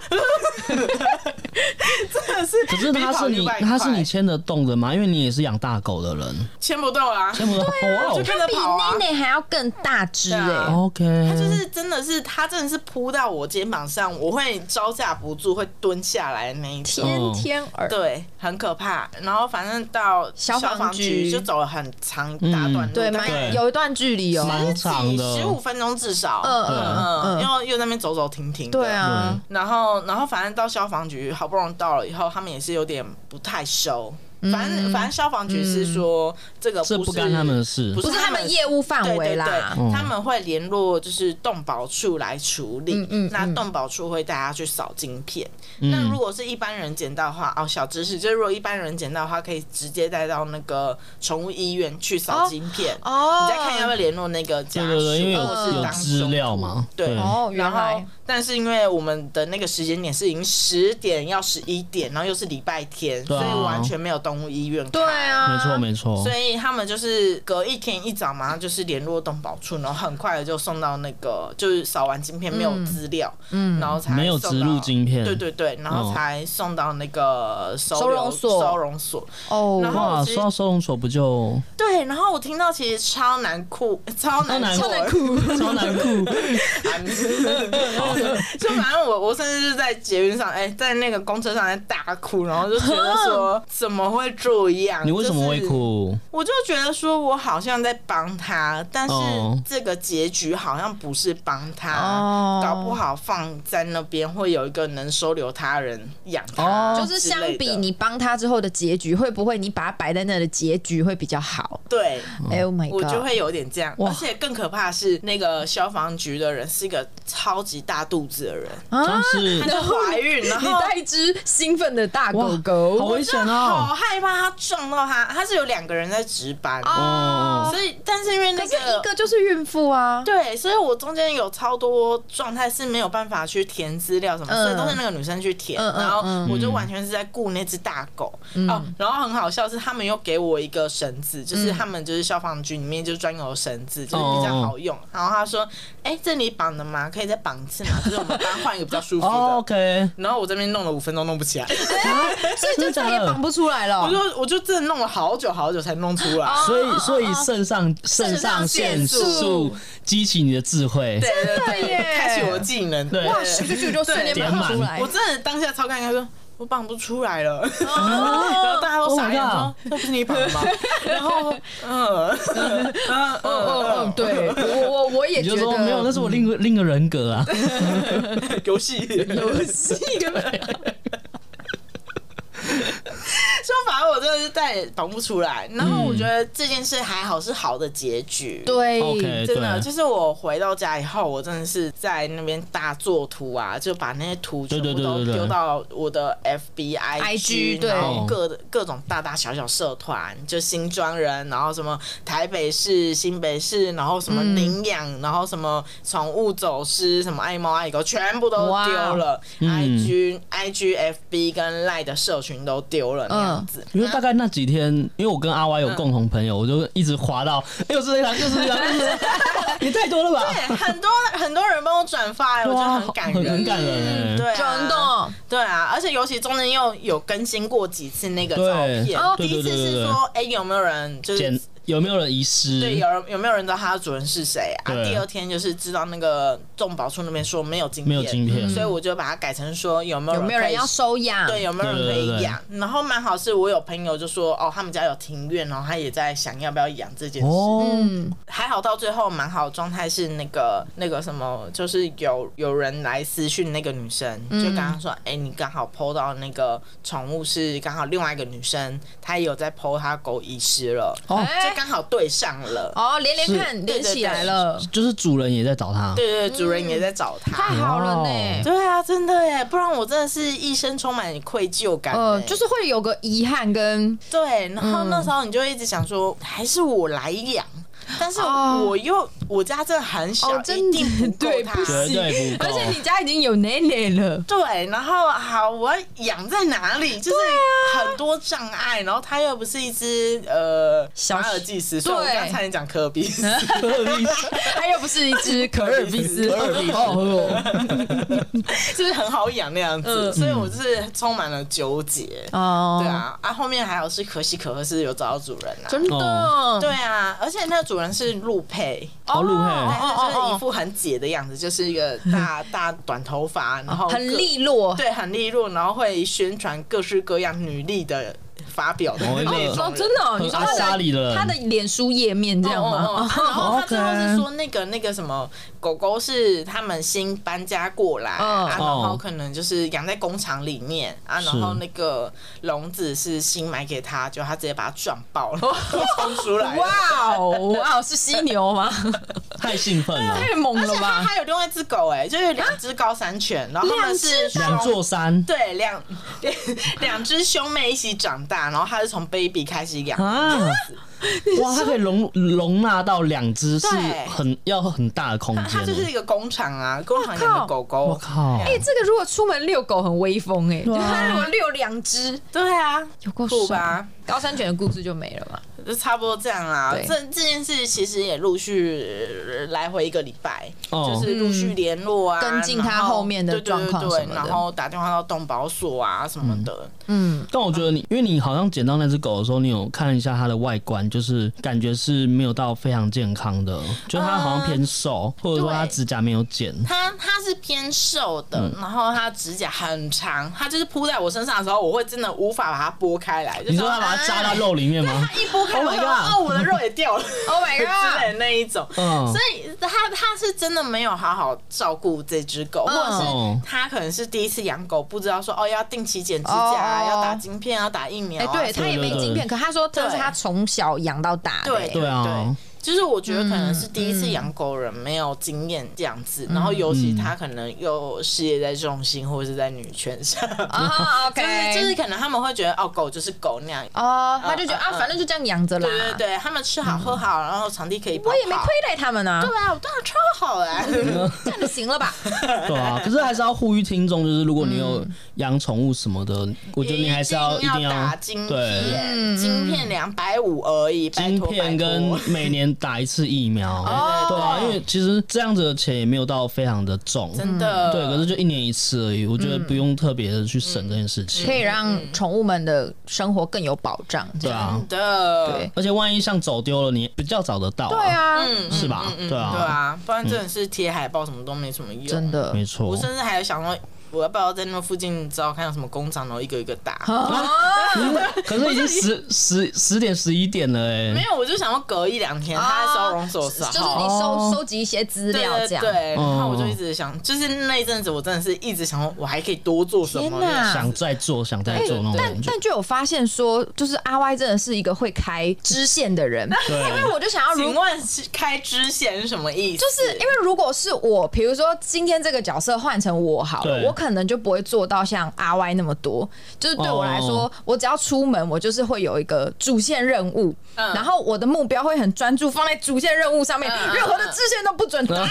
Speaker 3: 真的是
Speaker 2: 可是
Speaker 3: 比
Speaker 2: 他
Speaker 3: 跑
Speaker 2: 是
Speaker 3: 另
Speaker 2: 你
Speaker 3: 外一块，
Speaker 2: 他是你牵得动的吗？因为你也是养大狗的人，
Speaker 3: 牵不动啊，
Speaker 2: 牵不动。哇
Speaker 3: 就
Speaker 2: 哦
Speaker 3: 看着
Speaker 1: 比
Speaker 3: 跑啊。
Speaker 1: 内内还要更大只
Speaker 3: 对
Speaker 1: 哎、
Speaker 3: 啊
Speaker 2: ，OK，
Speaker 3: 它就是真的是，它真的是扑到我肩膀上，我会招架不住，会蹲下来的那一种。
Speaker 1: 天天儿，
Speaker 3: 对，很可怕。然后反正到
Speaker 1: 消防
Speaker 3: 防
Speaker 1: 局
Speaker 3: 就走了很长一大段路，
Speaker 1: 对，
Speaker 3: 大概
Speaker 1: 蛮有一段距离哦、
Speaker 2: 嗯蛮长的
Speaker 3: 十五分钟至少。
Speaker 1: 嗯嗯嗯
Speaker 3: 嗯，因为又在那边走走停停的。
Speaker 1: 对。啊，
Speaker 3: 然后，然后反正到消防局，好不容易到了以后，他们也是有点不太熟。
Speaker 1: 嗯
Speaker 3: 反正，反正消防局是说这个
Speaker 2: 这
Speaker 3: 不
Speaker 2: 不
Speaker 3: 是
Speaker 2: 干他们的事
Speaker 3: 不。
Speaker 1: 不是他们
Speaker 3: 是
Speaker 1: 业务嗯范
Speaker 3: 对
Speaker 1: 围
Speaker 3: 对
Speaker 1: 啦。
Speaker 3: 对，他们会联络就是动保处来处理，
Speaker 1: 嗯嗯
Speaker 3: 那
Speaker 1: 嗯
Speaker 3: 动保处会带他去扫晶片。那
Speaker 2: 嗯
Speaker 3: 如果是一般人捡到的话，哦，小知识就是如果一般人捡到的话，可以直接带到那个宠物医院去扫晶片，
Speaker 1: 哦
Speaker 3: 你再看要不要联络那个家
Speaker 2: 对
Speaker 3: 属，
Speaker 2: 对对，因为有
Speaker 3: 或者是
Speaker 2: 有
Speaker 3: 当
Speaker 2: 资
Speaker 3: 凶
Speaker 2: 料
Speaker 3: 徒
Speaker 2: 嘛，
Speaker 3: 对。
Speaker 1: 哦，原
Speaker 3: 然后
Speaker 1: 来，
Speaker 3: 但是因为我们的那个时间点是已经十点要十一点，然后又是礼拜天，
Speaker 2: 对啊
Speaker 3: 所以完全没有动物医院开。
Speaker 1: 对啊，
Speaker 2: 没错没错
Speaker 3: 所。以他们就是隔一天一早，马上就是联络动保处，然后很快的就送到那个，就是扫完晶片没有资料，嗯，然后才
Speaker 2: 没有
Speaker 3: 送
Speaker 2: 植
Speaker 3: 到
Speaker 2: 入晶片哦
Speaker 3: 对对对，然后才送到那个收
Speaker 1: 收容
Speaker 3: 留
Speaker 1: 所
Speaker 3: 收容所。
Speaker 1: 哦，
Speaker 3: 然后
Speaker 2: 哇，
Speaker 3: 我其实
Speaker 2: 说到收容所不 就
Speaker 3: 对，然后我听到其实超难哭，超难
Speaker 2: 难
Speaker 3: 过
Speaker 2: 过 超难 哭？
Speaker 3: 就反正我我甚至是在捷运上，哎、在那个公车上在大哭，然后就觉 得说怎么会这样？
Speaker 2: 你为什么会
Speaker 3: 就是
Speaker 2: 哭？
Speaker 3: 我就觉得说，我好像在帮他，但是
Speaker 2: 哦
Speaker 3: 这个结局好像不是帮他，
Speaker 1: 哦
Speaker 3: 搞不好放在那边会有一个能收留他人养他
Speaker 2: 哦
Speaker 3: 之类的，
Speaker 1: 就是相比你帮他之后的结局，会不会你把它摆在那的结局会比较好
Speaker 3: 对。
Speaker 1: ？Oh my
Speaker 3: 嗯我
Speaker 1: god！
Speaker 3: 就会有点这样，
Speaker 2: 哇
Speaker 3: 而且更可怕的是，那个消防局的人是一个超级大肚子的人，
Speaker 1: 啊
Speaker 2: 但，是
Speaker 3: 她就怀孕，然
Speaker 1: 你
Speaker 3: 后
Speaker 1: 带一只兴奋的大狗
Speaker 2: 好
Speaker 1: 狗，
Speaker 2: 危险
Speaker 3: 好
Speaker 2: 哦！
Speaker 3: 害怕他撞到他，他是有两个人在值班，
Speaker 1: 哦，
Speaker 3: 所以但是因为那
Speaker 1: 可是
Speaker 3: 个
Speaker 1: 一个就是孕妇啊，
Speaker 3: 对，所以我中间有超多状态是没有办法去填资料什么，
Speaker 1: 嗯
Speaker 3: 所以都是那个女生去填，
Speaker 1: 嗯嗯嗯
Speaker 3: 然后我就完全是在顾那只大狗、哦。然后很好笑是他们又给我一个绳子，
Speaker 1: 嗯
Speaker 3: 就是他们就是消防局里面就是专有绳子，就是
Speaker 1: 哦
Speaker 3: 比较好用。然后他说：“哎、这里绑的吗？可以再绑一 次吗？就是我们帮他换一个比较舒服的。
Speaker 2: 哦 OK，
Speaker 3: 然后我这边弄了五分钟弄不起 来，
Speaker 1: 所以就再也
Speaker 2: 真的
Speaker 1: 绑不出来了
Speaker 3: 我。就我就真的弄了好久好久才弄出来。
Speaker 1: 哦
Speaker 2: 所以所以肾上肾上腺素激起你的智慧，
Speaker 3: 对
Speaker 1: 真
Speaker 3: 对
Speaker 1: 的
Speaker 3: 对，
Speaker 1: 耶
Speaker 3: 开启我的技能，
Speaker 2: 对
Speaker 1: 哇，咻咻咻就瞬间
Speaker 3: 对
Speaker 1: 绑出来
Speaker 3: 我。真的当下超尴尬，说我绑不出 来了，然后大家都傻眼
Speaker 2: Oh my
Speaker 3: 说：“这不是你绑的吗？” 然后，嗯嗯嗯
Speaker 1: 嗯嗯嗯，
Speaker 3: 嗯
Speaker 1: 对我我我也
Speaker 2: 你
Speaker 1: 觉
Speaker 2: 就说
Speaker 1: 得
Speaker 2: 没有，那是我另一个另一个人格啊。
Speaker 3: 嗯，游戏。
Speaker 1: 游戏。
Speaker 3: 所反正我真的是再也绑不出来。然
Speaker 2: 嗯
Speaker 3: 后我觉得这件事还好是好的结局，
Speaker 1: 对
Speaker 2: OK 哎
Speaker 3: 真的
Speaker 2: 对啊
Speaker 3: 就是我回到家以后，我真的是在那边大做图啊，就把那些图全
Speaker 2: 对
Speaker 3: 部
Speaker 2: 对对
Speaker 3: 都
Speaker 2: 对对哦
Speaker 3: 丢到我的 FB、
Speaker 1: IG
Speaker 3: 然后各各种大大小小社团，就新庄人，然后什么台北市、新北市，然后什么领养，然后什么宠物走失，什么爱猫爱狗，全部都
Speaker 1: 哇
Speaker 3: 丢了。IG、IG、FB 跟赖的社群都丢了那样子。
Speaker 2: 因为大概那几天，因为我跟阿 Y 有共同
Speaker 3: 嗯
Speaker 2: 朋友，我就一直滑 到，哎，又是这一行，又是这一行，又是 这一行也太多了吧？
Speaker 3: 对，哎很多很多人帮我转发、哎我觉得很感人，
Speaker 2: 很很感人哎
Speaker 3: 对、啊，
Speaker 1: 转动，
Speaker 3: 对啊，而且尤其中间又有更新过几次那个照
Speaker 2: 对
Speaker 3: 片，
Speaker 1: 哦
Speaker 3: 第一次是说，哎、有没有人就
Speaker 2: 捡
Speaker 3: 是。
Speaker 2: 有没有人遗失？
Speaker 3: 对，有人有没有人知道他的主人是谁啊？
Speaker 2: 对
Speaker 3: 第二天就是知道那个动保处那边说没有晶片，
Speaker 2: 没有晶片
Speaker 3: 所以我就把它改成说有没有
Speaker 1: 有没有人
Speaker 3: 可以
Speaker 1: 要收养？
Speaker 3: 对，有没有人可
Speaker 2: 对对对
Speaker 3: 以
Speaker 2: 对
Speaker 3: 养？然后蛮好，是我有朋友就说，哦，他们家有庭院，然后他也在想要不要养这件事。
Speaker 2: 哦，
Speaker 1: 嗯，
Speaker 3: 还好到最后蛮好的状态是那个那个什么，就是有有人来私讯那个女生，
Speaker 1: 嗯
Speaker 3: 就刚刚说，哎、你刚好 PO 到那个宠物是刚好另外一个女生，她也有在 PO 她狗遗失了，
Speaker 2: 哦
Speaker 3: 就刚好对上了。
Speaker 1: 哎哦，连连看
Speaker 3: 是
Speaker 1: 连起来了，
Speaker 2: 就是主人也在找他。
Speaker 3: 对对，对主人也在找她。
Speaker 1: 太好了
Speaker 2: 哦
Speaker 1: 呢。
Speaker 3: 对啊，真的耶，不然我真的是一生充满愧疚感。欸
Speaker 1: 呃，就是嗯会有个遗憾跟
Speaker 3: 对，然后那时候你就一直想说，还是我来养，但是
Speaker 1: 哦
Speaker 3: 我又、我家真的很小，
Speaker 1: 哦真的
Speaker 3: 一定不够
Speaker 1: 对
Speaker 3: 它。
Speaker 1: 不
Speaker 2: 绝对不够。
Speaker 1: 而且你家已经有奶奶了，
Speaker 3: 对，然后好，我要养在哪里？
Speaker 1: 啊
Speaker 3: 就是很多障碍，然后它又不是一只呃
Speaker 1: 小
Speaker 3: 马尔济斯，所以我
Speaker 1: 对
Speaker 3: 刚刚差点讲科 比斯，
Speaker 1: 它又不是一 只可尔必斯，
Speaker 2: 可尔必斯
Speaker 1: 好好喝哦。
Speaker 3: 就是很好养那样子，
Speaker 1: 嗯
Speaker 3: 所以我就是充满了纠结。
Speaker 1: 哦，
Speaker 3: 对，啊，啊后面还好是可喜可贺是有找到主人啊，
Speaker 1: 真的，
Speaker 3: 对啊，而且那个主人是陆佩，
Speaker 2: 哦好路
Speaker 3: 对
Speaker 2: 嘿，
Speaker 3: 他就是
Speaker 1: 哦
Speaker 3: 一副很姐的样子，就是一个 大大短头发，然后
Speaker 1: 哦很
Speaker 3: 各
Speaker 1: 利落，
Speaker 3: 对，很利落，然后会宣传各式各样女力的发表的
Speaker 2: 哦
Speaker 3: 那种人。
Speaker 1: 哦，真的哦，
Speaker 2: 很
Speaker 1: 你说
Speaker 2: 阿莎
Speaker 1: 他
Speaker 2: 莉的
Speaker 1: 的
Speaker 2: 人
Speaker 1: 他的脸书页面这样吗？
Speaker 3: 哦哦哦
Speaker 1: 哦
Speaker 3: 啊然后他最后
Speaker 2: OK
Speaker 3: 是说那个那个什么狗狗是他们新搬家过来，
Speaker 1: 嗯
Speaker 3: 啊然
Speaker 2: 哦
Speaker 3: 后可能就是养在工厂里面啊，然后
Speaker 2: 是
Speaker 3: 那个笼子是新买给他，就他直接把它撞爆 了，冲出来了。
Speaker 1: 哇哦哇哦，是犀牛 吗？
Speaker 2: 太兴奋 了，
Speaker 1: 太猛
Speaker 3: 而且
Speaker 1: 了
Speaker 3: 他
Speaker 1: 吧！
Speaker 3: 还有另外一只狗哎、就有两只高山犬，然后他们是
Speaker 1: 两只
Speaker 2: 两座山
Speaker 3: 对两 两只兄妹一起长大，然后他是从 baby 开始养，
Speaker 2: 啊！哇，它可以容容纳到两只，是
Speaker 3: 对
Speaker 2: 很要很大的空
Speaker 3: 它它
Speaker 2: 间
Speaker 3: 就是
Speaker 2: 欸。
Speaker 3: 一个工厂啊，工厂养的狗狗。
Speaker 2: 我靠！
Speaker 1: 哎、这个如果出门遛狗很威风哎、就它如果遛两只，
Speaker 3: 对啊，
Speaker 1: 有够
Speaker 3: 酷
Speaker 1: 爽
Speaker 3: 吧？
Speaker 1: 高山犬的故事就没了嘛。
Speaker 3: 就差不多这样啦
Speaker 1: 对。
Speaker 3: 这这件事其实也陆续呃来回一个礼拜，
Speaker 2: 哦
Speaker 3: 就是陆续联络啊，
Speaker 1: 嗯跟进他
Speaker 3: 然
Speaker 1: 后面的
Speaker 3: 对对
Speaker 1: 状况
Speaker 3: 对对
Speaker 1: 什么的
Speaker 3: 然后打电话到动保所啊什么的。
Speaker 1: 嗯，
Speaker 2: 但我觉得你，因为你好像捡到那只狗的时候，你有看一下它的外观，就是感觉是没有到非常健康的，就它好像偏瘦，或者说它
Speaker 3: 对
Speaker 2: 指甲没有剪。
Speaker 3: 它它是偏瘦
Speaker 2: 嗯
Speaker 3: 的，然后它指甲很长，它就是扑在我身上的时候，我会真的无法把它拨开来。就
Speaker 2: 你说它把它扎到肉里面吗？
Speaker 3: 它一拨开
Speaker 2: Oh
Speaker 3: 我
Speaker 2: my
Speaker 3: 就说，
Speaker 2: god
Speaker 3: 哦，我的肉也掉 了
Speaker 1: Oh my
Speaker 3: 之
Speaker 1: god！
Speaker 3: 类的那一种。
Speaker 2: 嗯
Speaker 3: 所，以他他是真的没有好好照顾这只狗，
Speaker 1: 嗯
Speaker 3: 或者
Speaker 2: 哦
Speaker 3: 是他可能是第一次养狗，不知道说哦要定期剪指甲啊，
Speaker 1: 哦
Speaker 3: 要打晶片，要打疫苗
Speaker 1: 哎、
Speaker 3: 啊。
Speaker 2: 哦
Speaker 1: 对，它也没晶片，可他说这是他从小养到大的、
Speaker 3: 对
Speaker 1: 哎
Speaker 2: 对啊，
Speaker 3: 就是我觉得可能是第一次养狗人没有经验这样子，然后尤其他可能又事业在重心或者是在女权上，
Speaker 1: 啊
Speaker 3: 就
Speaker 1: ，OK，
Speaker 3: 是就是可能他们会觉得哦狗就是狗那样。
Speaker 1: 哦，他就觉得、
Speaker 3: 嗯
Speaker 1: 啊，
Speaker 3: 嗯
Speaker 1: 反正就这样养着啦。
Speaker 3: 对对对，他们吃好喝好，然后场地可以跑跑。
Speaker 1: 我也没亏待他们啊，
Speaker 3: 对啊，我对他超好哎、
Speaker 1: 这样就行了吧？
Speaker 2: 对啊。可是还是要呼吁听众，就是如果你有养宠物什么的，我觉得你还是要
Speaker 3: 一定
Speaker 2: 要
Speaker 3: 打晶
Speaker 2: 对
Speaker 3: 片，晶片两百五而已，拜
Speaker 2: 晶
Speaker 3: 托
Speaker 2: 片跟
Speaker 3: 拜托
Speaker 2: 每年打一次疫苗。
Speaker 1: 哦
Speaker 2: 对啊，因为其实这样子的钱也没有到非常的重。
Speaker 3: 真的
Speaker 2: 嗯对，可是就一年一次而已，我觉得不用特别的去省这件事情。
Speaker 1: 可以让宠物们的生活更有保障。这
Speaker 2: 对
Speaker 1: 样
Speaker 2: 啊
Speaker 3: 真，的
Speaker 1: 对
Speaker 2: 而且万一像走丢了，你比较找得到、啊。
Speaker 1: 对，啊，
Speaker 3: 嗯
Speaker 2: 是吧
Speaker 3: 嗯嗯嗯
Speaker 2: 对啊
Speaker 3: 对啊，不然真的是贴海报什么都没什么用，
Speaker 1: 真。的
Speaker 2: 没错
Speaker 3: 我。甚至还有想说，我要不要在那附近找看有什么工厂，然后一个一个打？
Speaker 1: 哦
Speaker 2: 可是已经十十十点十一点了哎、
Speaker 3: 没有，我就想要隔一两天，他在收容
Speaker 1: 就
Speaker 3: 所
Speaker 1: 是
Speaker 3: 上。
Speaker 1: 你收收集一些资
Speaker 3: 对
Speaker 1: 料
Speaker 3: 对
Speaker 1: 这样。
Speaker 3: 对，然后我就
Speaker 2: 嗯
Speaker 3: 一直想，就是那一阵子，我真的是一直想说，我还可以多做什么这
Speaker 1: 天哪
Speaker 3: 样？
Speaker 2: 想再做想再做那种
Speaker 1: 但
Speaker 2: 感觉。
Speaker 1: 但就有发现说，就是阿 Y 真的是一个会开支线的人，
Speaker 2: 对
Speaker 1: 因为我就想要如
Speaker 3: 请问是开支线是什么意思？
Speaker 1: 就是因为如果是我，比如说今天这个角色换成我好了，
Speaker 2: 对
Speaker 1: 我可能就不会做到像阿 Y 那么多。就是对我来说，
Speaker 2: 哦
Speaker 1: 我只要出门，我就是会有一个主线任务，
Speaker 3: 嗯
Speaker 1: 然后我的目标会很专注放在主线任务上面，
Speaker 3: 嗯嗯
Speaker 1: 任何的支线都不
Speaker 2: 嗯
Speaker 1: 准打扰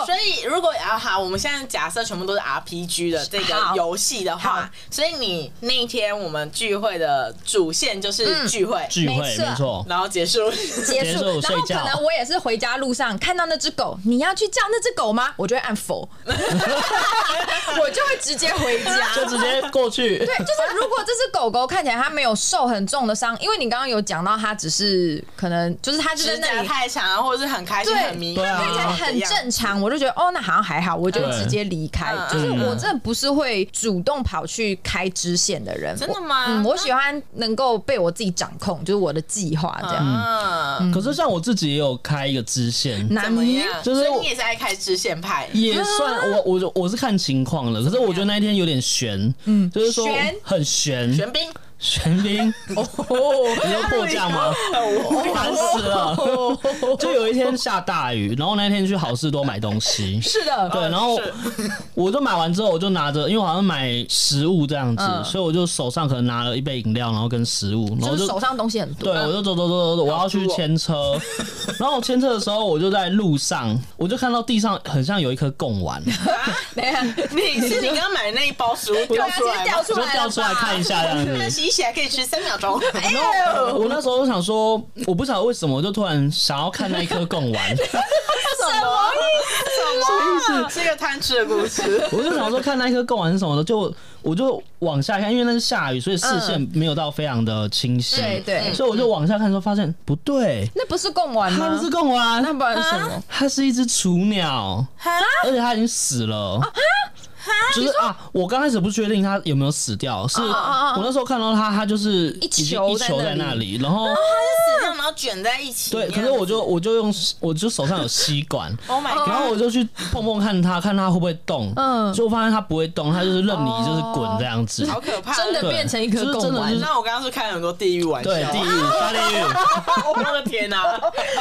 Speaker 1: 我。
Speaker 3: 所以，如果啊好，我们现在假设全部都是 RPG 的这个
Speaker 1: 好
Speaker 3: 游戏的
Speaker 1: 好
Speaker 3: 话，所以你那一天我们聚会的主线就是聚会，
Speaker 2: 聚会
Speaker 1: 没错
Speaker 2: 没错，
Speaker 3: 然后结束。
Speaker 1: 结
Speaker 2: 结
Speaker 1: 束
Speaker 2: 束，
Speaker 1: 然后
Speaker 2: 睡
Speaker 1: 可
Speaker 2: 觉
Speaker 1: 能我也是回家路上看到那只狗，你要去叫那只狗吗？我就会按 否， 我就会直接回家。
Speaker 2: 就直接过去。
Speaker 1: 对，就是如果这只狗狗看起来它没有受很重的伤，因为你刚刚有讲到它只是可能就是它就在
Speaker 3: 指
Speaker 1: 那
Speaker 3: 甲
Speaker 1: 里。
Speaker 3: 太长啊，或者是很开心、
Speaker 1: 对
Speaker 3: 很迷
Speaker 2: 对
Speaker 3: 茫，
Speaker 2: 啊
Speaker 1: 看起来很正
Speaker 3: 正。
Speaker 1: 常，我就觉得哦，那好像还好，我就
Speaker 2: 对
Speaker 1: 直接离开。
Speaker 3: 嗯
Speaker 1: 就是
Speaker 2: 嗯
Speaker 1: 我真的不是会主动跑去开支线的人，
Speaker 3: 真的
Speaker 1: 我
Speaker 3: 吗
Speaker 1: 嗯，我喜欢能够被我自己掌控，就是我的计划这样。
Speaker 3: 嗯，
Speaker 2: 可是像我自己也有开一个支线，
Speaker 1: 那
Speaker 3: 怎么
Speaker 1: 你
Speaker 3: 样？
Speaker 2: 就是
Speaker 3: 所以
Speaker 2: 我
Speaker 3: 你也是爱开支线派，
Speaker 2: 也算我我我是看情况了。可是我觉得那一天有点悬，嗯，就是说
Speaker 1: 悬
Speaker 2: 很悬，
Speaker 3: 玄彬。
Speaker 2: 玄彬，你说过降吗？我烦死了。 就有一天下大雨，然后那天去好事多买东西，
Speaker 1: 哦是的，
Speaker 2: 对，然
Speaker 3: 哦
Speaker 2: 后我就买完之后，我就拿着，因为我好像买食物这样子，
Speaker 1: 嗯
Speaker 2: 所以我就手上可能拿了一杯饮料，然后跟食物，然后
Speaker 1: 就是手嗯上东西很
Speaker 2: 对，
Speaker 1: 多。
Speaker 2: 我就走走走走走，我要去牵车，
Speaker 1: 哦
Speaker 2: 然后我牵车的时候，我就在路上，我就看到地上很像有一颗贡丸，
Speaker 1: 等一下，
Speaker 3: 你是你刚刚买的那一包食物掉出
Speaker 1: 对啊
Speaker 3: 来
Speaker 1: 直接掉
Speaker 3: 吗，
Speaker 1: 出
Speaker 2: 我就
Speaker 1: 来了
Speaker 2: 掉出来
Speaker 1: 吧
Speaker 2: 看一下这样
Speaker 3: 那
Speaker 2: 子。
Speaker 3: 洗一洗还可以吃三秒钟。
Speaker 1: 哎
Speaker 2: 然后我那时候就想说，我不晓得为什么，我就突然想要看那一颗贡 丸，
Speaker 3: 什么意思？什么意思？是一个贪吃的故事。
Speaker 2: 我就想说看那一颗贡丸是什么的，就我就往下看，因为那是下雨，所以视线没有到非常的清晰。
Speaker 1: 嗯对对
Speaker 2: 所以我就往下看的时候发现不对，
Speaker 1: 那不是贡丸
Speaker 2: 它
Speaker 1: 吗
Speaker 2: 不是？贡丸，
Speaker 1: 那不然是什么？
Speaker 2: 它啊是一只雏鸟，而且它已经死了。就是啊，我刚开始不确定它有没有死掉，是我那时候看到它，它就是已经
Speaker 1: 球
Speaker 2: 哦一
Speaker 1: 在
Speaker 2: 球
Speaker 1: 那
Speaker 2: 在那里，啊然后
Speaker 3: 死 掉，然后卷在一起。
Speaker 2: 对，可是哦我就我就用我就手上有吸管，
Speaker 3: Oh my
Speaker 2: 然
Speaker 3: god！
Speaker 2: 后我就去碰碰看它，看它会不会动，
Speaker 1: 嗯
Speaker 2: 就发现它不会动，它就是任你就是滚这样子，
Speaker 3: 好可怕！
Speaker 1: 真的
Speaker 2: 对
Speaker 1: 变成一颗
Speaker 2: 就是
Speaker 1: 贡
Speaker 2: 真的
Speaker 1: 丸
Speaker 2: 就，是
Speaker 3: 那我刚刚是开了很多地狱玩笑，
Speaker 2: 对， 地狱下地狱。
Speaker 3: 我的天啊 哪！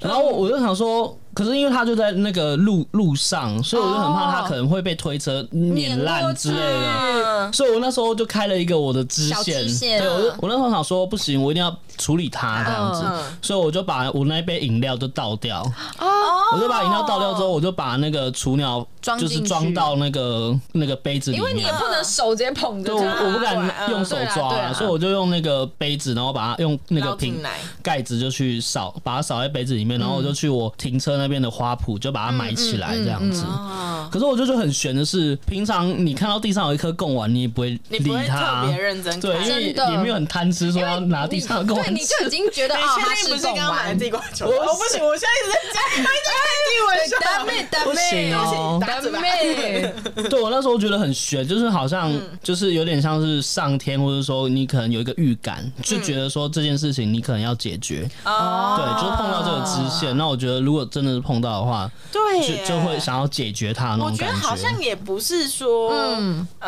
Speaker 2: 然后我就想说，可是因为他就在那个路路上，所以我就很
Speaker 1: 哦
Speaker 2: 怕他可能会被推车碾烂之类的。
Speaker 3: 嗯，
Speaker 2: 所以我那时候就开了一个我的支
Speaker 1: 小
Speaker 2: 线
Speaker 1: 支，线嗯
Speaker 2: 对我就我那时候想说不行，我一定要处理它这样子，
Speaker 3: 嗯
Speaker 2: 所以我就把我那一杯饮料就倒掉，
Speaker 1: 哦，
Speaker 2: 我就把饮料倒掉之后，我就把那个雏鸟
Speaker 1: 装
Speaker 2: 就是
Speaker 1: 进去
Speaker 2: 装到那个那个杯子里
Speaker 1: 因为你也
Speaker 2: 面。
Speaker 1: 不能手直接捧着
Speaker 2: 对，我
Speaker 1: 它，
Speaker 2: 我不敢
Speaker 3: 嗯
Speaker 2: 用手
Speaker 1: 对啦啊
Speaker 2: 抓
Speaker 1: 对啦
Speaker 2: 啊，所以我就用那个杯子，然后把它用那个
Speaker 3: 捞进
Speaker 2: 瓶
Speaker 3: 来
Speaker 2: 盖子就去扫，把它扫在杯子里
Speaker 3: 嗯
Speaker 2: 面，然后我就去我停车那边的花圃就把它埋起来这样子。
Speaker 3: 哦，
Speaker 2: 可是我就觉得很悬的是，平常你看到地上有一颗贡丸，你也不会
Speaker 3: 你不
Speaker 2: 理
Speaker 3: 会特
Speaker 2: 它，
Speaker 3: 别认真看。
Speaker 2: 对，因
Speaker 1: 真
Speaker 2: 为
Speaker 1: 的
Speaker 2: 也没有很贪吃，说要拿地
Speaker 1: 你
Speaker 2: 上的贡
Speaker 1: 对，
Speaker 2: 丸
Speaker 1: 你
Speaker 2: 吃
Speaker 1: 就。已经觉得
Speaker 3: 你
Speaker 1: 哦，它
Speaker 3: 确定
Speaker 1: 是
Speaker 3: 不是
Speaker 1: 贡
Speaker 3: 刚刚买
Speaker 1: 丸
Speaker 3: 的。地瓜球？我不哎行，我现在一直在讲，我一直在开地
Speaker 1: 达妹，达
Speaker 3: 玩笑。
Speaker 2: 不
Speaker 1: 妹
Speaker 2: 行，哦！
Speaker 3: 打
Speaker 1: 达
Speaker 3: 嘴巴
Speaker 1: 妹，
Speaker 2: 对我那时候觉得很悬，就是好像就是有点像是上天，或者说你可能有一个预感，就觉得说这件事情你可能要解决。
Speaker 3: 哦，
Speaker 2: 对，就是碰到这个支线。那我觉得如果真的是碰到的话，
Speaker 3: 啊对
Speaker 2: 就
Speaker 3: 耶
Speaker 2: 就会想要解决它的那
Speaker 3: 我
Speaker 2: 种
Speaker 3: 觉
Speaker 2: 感
Speaker 3: 得好像也不是说，
Speaker 1: 嗯
Speaker 3: 嗯、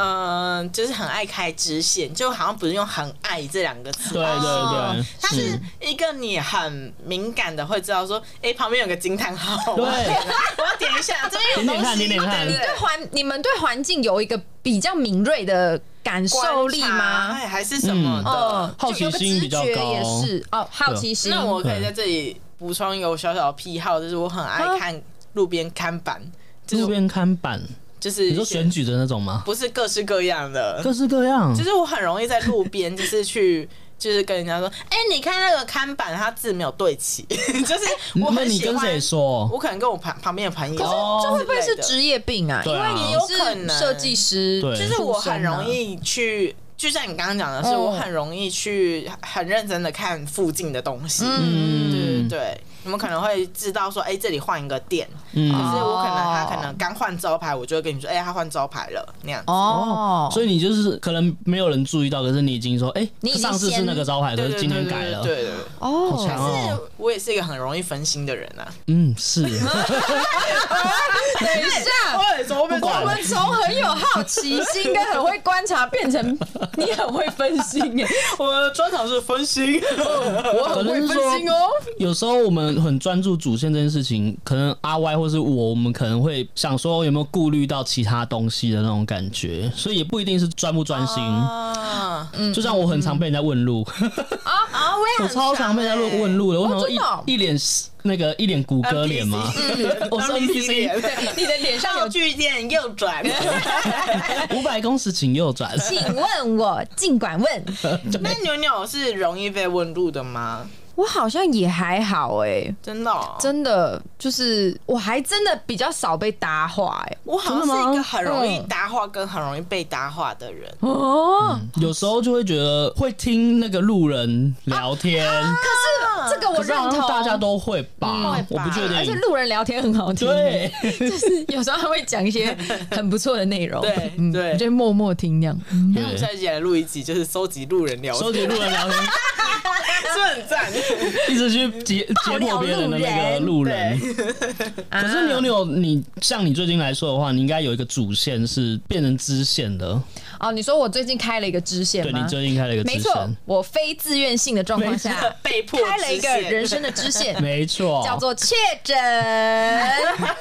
Speaker 3: 就是很爱开支线，就好像不是用“很爱”这两个字。
Speaker 2: 对对对，
Speaker 3: 哦它是一个你很敏感的会知道说，哎、旁边有个惊叹号，
Speaker 2: 对
Speaker 3: 我要点 我要点一下，这边有
Speaker 2: 点点
Speaker 3: 东
Speaker 2: 看，
Speaker 3: 西，
Speaker 2: 点点看
Speaker 1: 你。哦对环，你们对环境有一个比较敏锐的感受力
Speaker 3: 观察
Speaker 1: 吗？
Speaker 3: 哎还是什么的？
Speaker 1: 嗯，
Speaker 2: 好奇心比较
Speaker 1: 就有个直觉
Speaker 2: 高
Speaker 1: 也是哦，好奇心。
Speaker 3: 那我可以在这里补充有小小的癖好，就是我很爱看路边看板，就
Speaker 2: 路
Speaker 3: 是
Speaker 2: 边看板，
Speaker 3: 就是
Speaker 2: 你说选举的那种吗？
Speaker 3: 不是各式各样的，
Speaker 2: 各式各样
Speaker 3: 就。是我很容易在路边，就是去，就是跟人家说，哎、你看那个看板，它字没有对齐， 就是我
Speaker 2: 那
Speaker 3: 很
Speaker 2: 你
Speaker 3: 喜
Speaker 2: 跟谁
Speaker 3: 欢。
Speaker 2: 说？
Speaker 3: 我可能跟我旁旁边的朋友，
Speaker 1: 可是
Speaker 2: 哦
Speaker 1: 这会不会是
Speaker 3: 之类
Speaker 1: 职业病啊？因
Speaker 2: 对啊
Speaker 1: 为你
Speaker 3: 有可能
Speaker 1: 是设计师，
Speaker 2: 对
Speaker 3: 的就是我很容易去。就像你刚刚讲的是，
Speaker 1: 嗯
Speaker 3: 我很容易去很认真的看附近的东西，
Speaker 1: 嗯
Speaker 3: 对对
Speaker 2: 嗯，
Speaker 3: 对。你们可能会知道说，哎、这里换一个店，
Speaker 2: 嗯
Speaker 3: 可是我可能
Speaker 1: 哦
Speaker 3: 他可能刚换招牌，我就会跟你说，哎、他换招牌了那样子。
Speaker 1: 哦，
Speaker 2: 所以你就是可能没有人注意到，可是你已经说，哎、
Speaker 1: 你已经
Speaker 2: 上次是
Speaker 1: 先
Speaker 2: 那个招牌，可
Speaker 3: 对
Speaker 2: 是
Speaker 3: 对
Speaker 2: 今天
Speaker 3: 对
Speaker 2: 改了，
Speaker 3: 对对对对
Speaker 1: 哦，
Speaker 2: 好强哦，
Speaker 3: 我也是一个很容易分心的人啊。
Speaker 2: 嗯， 是，
Speaker 1: 等一下。
Speaker 3: 我也说被
Speaker 1: 我们从很有好奇心跟很会观察，变成 你很会分心耶，
Speaker 3: 我的专长是分心，
Speaker 1: 我
Speaker 2: 可
Speaker 1: 很
Speaker 2: 能
Speaker 1: 会
Speaker 2: 是
Speaker 1: 分
Speaker 2: 说
Speaker 1: 心哦。
Speaker 2: 有时候我们很专注主线这件事情，可能阿 Y 或是我，我们可能会想说有没有顾虑到其他东西的那种感觉，所以也不一定是专不专心。
Speaker 3: 啊
Speaker 2: 就像我很常被人家问路，
Speaker 3: 啊！我也
Speaker 2: 我
Speaker 3: 很
Speaker 2: 超常被人家问问路的，我想说
Speaker 1: 真的欸哦
Speaker 2: 一一脸是那个一脸谷歌脸嘛， 我是 NPC，
Speaker 1: 对，你的脸上
Speaker 3: 道
Speaker 1: 有。
Speaker 3: 具店右转。
Speaker 2: 五百公尺请右转。
Speaker 1: 请问我，尽管问，
Speaker 3: 那牛牛是容易被问路的吗？
Speaker 1: 我好像也还好哎、
Speaker 3: 真的哦，
Speaker 1: 真的就是我还真的比较少被搭话哎、
Speaker 3: 我好像是一个很容易
Speaker 1: 嗯
Speaker 3: 搭话跟很容易被搭话的人。
Speaker 1: 哦，
Speaker 2: 有时候就会觉得会听那个路人
Speaker 1: 啊
Speaker 2: 聊天，
Speaker 1: 这个我
Speaker 2: 可是
Speaker 1: 认
Speaker 2: 好像
Speaker 1: 同，
Speaker 2: 大家都会吧
Speaker 3: 嗯，
Speaker 2: 我不确
Speaker 1: 而且
Speaker 2: 定。
Speaker 1: 路人聊天很好听，
Speaker 2: 对，
Speaker 1: 就是有时候他会讲一些很不错的内容，
Speaker 3: 对
Speaker 1: 嗯
Speaker 3: 对
Speaker 1: 我就默默听这样。嗯
Speaker 3: 那我们下一集来录一集，就是收集路人聊
Speaker 2: 收
Speaker 3: 天，
Speaker 2: 集路人聊天，
Speaker 3: 这很赞。
Speaker 2: 一直去解解剖别人的那个路人。
Speaker 3: 啊
Speaker 2: 可
Speaker 1: 啊
Speaker 2: 是牛牛，你像你最近来说的话，你应该有一个主线是变成支线的，
Speaker 1: 哦，你说我最近开了一个支线
Speaker 2: 对
Speaker 1: 吗
Speaker 2: 你？最近开了一个
Speaker 1: 没
Speaker 2: 支
Speaker 1: 错
Speaker 2: 线，，
Speaker 1: 我非自愿性的状况下
Speaker 3: 被迫
Speaker 1: 开了一个
Speaker 3: 支线
Speaker 1: 人生的支线，
Speaker 2: 没错，
Speaker 1: 叫做确诊。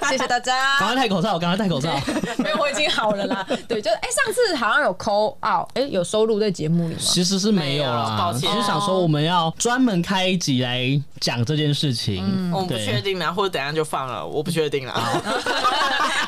Speaker 1: 谢谢大
Speaker 2: 赶
Speaker 1: 家。
Speaker 2: 快戴口罩，赶快戴口罩。
Speaker 1: 没有，我已经好了啦。对，就哎、上次好像有抠啊，哎、有收录在节目里吗？
Speaker 2: 其实是没有
Speaker 3: 没有
Speaker 2: 啦
Speaker 3: 抱，
Speaker 2: 只
Speaker 3: 歉
Speaker 2: 是想说我们要专门开一集来讲这件事情。
Speaker 3: 嗯我不
Speaker 2: 对
Speaker 3: 确定啊啦，或者等一下就放了，我不确定啦。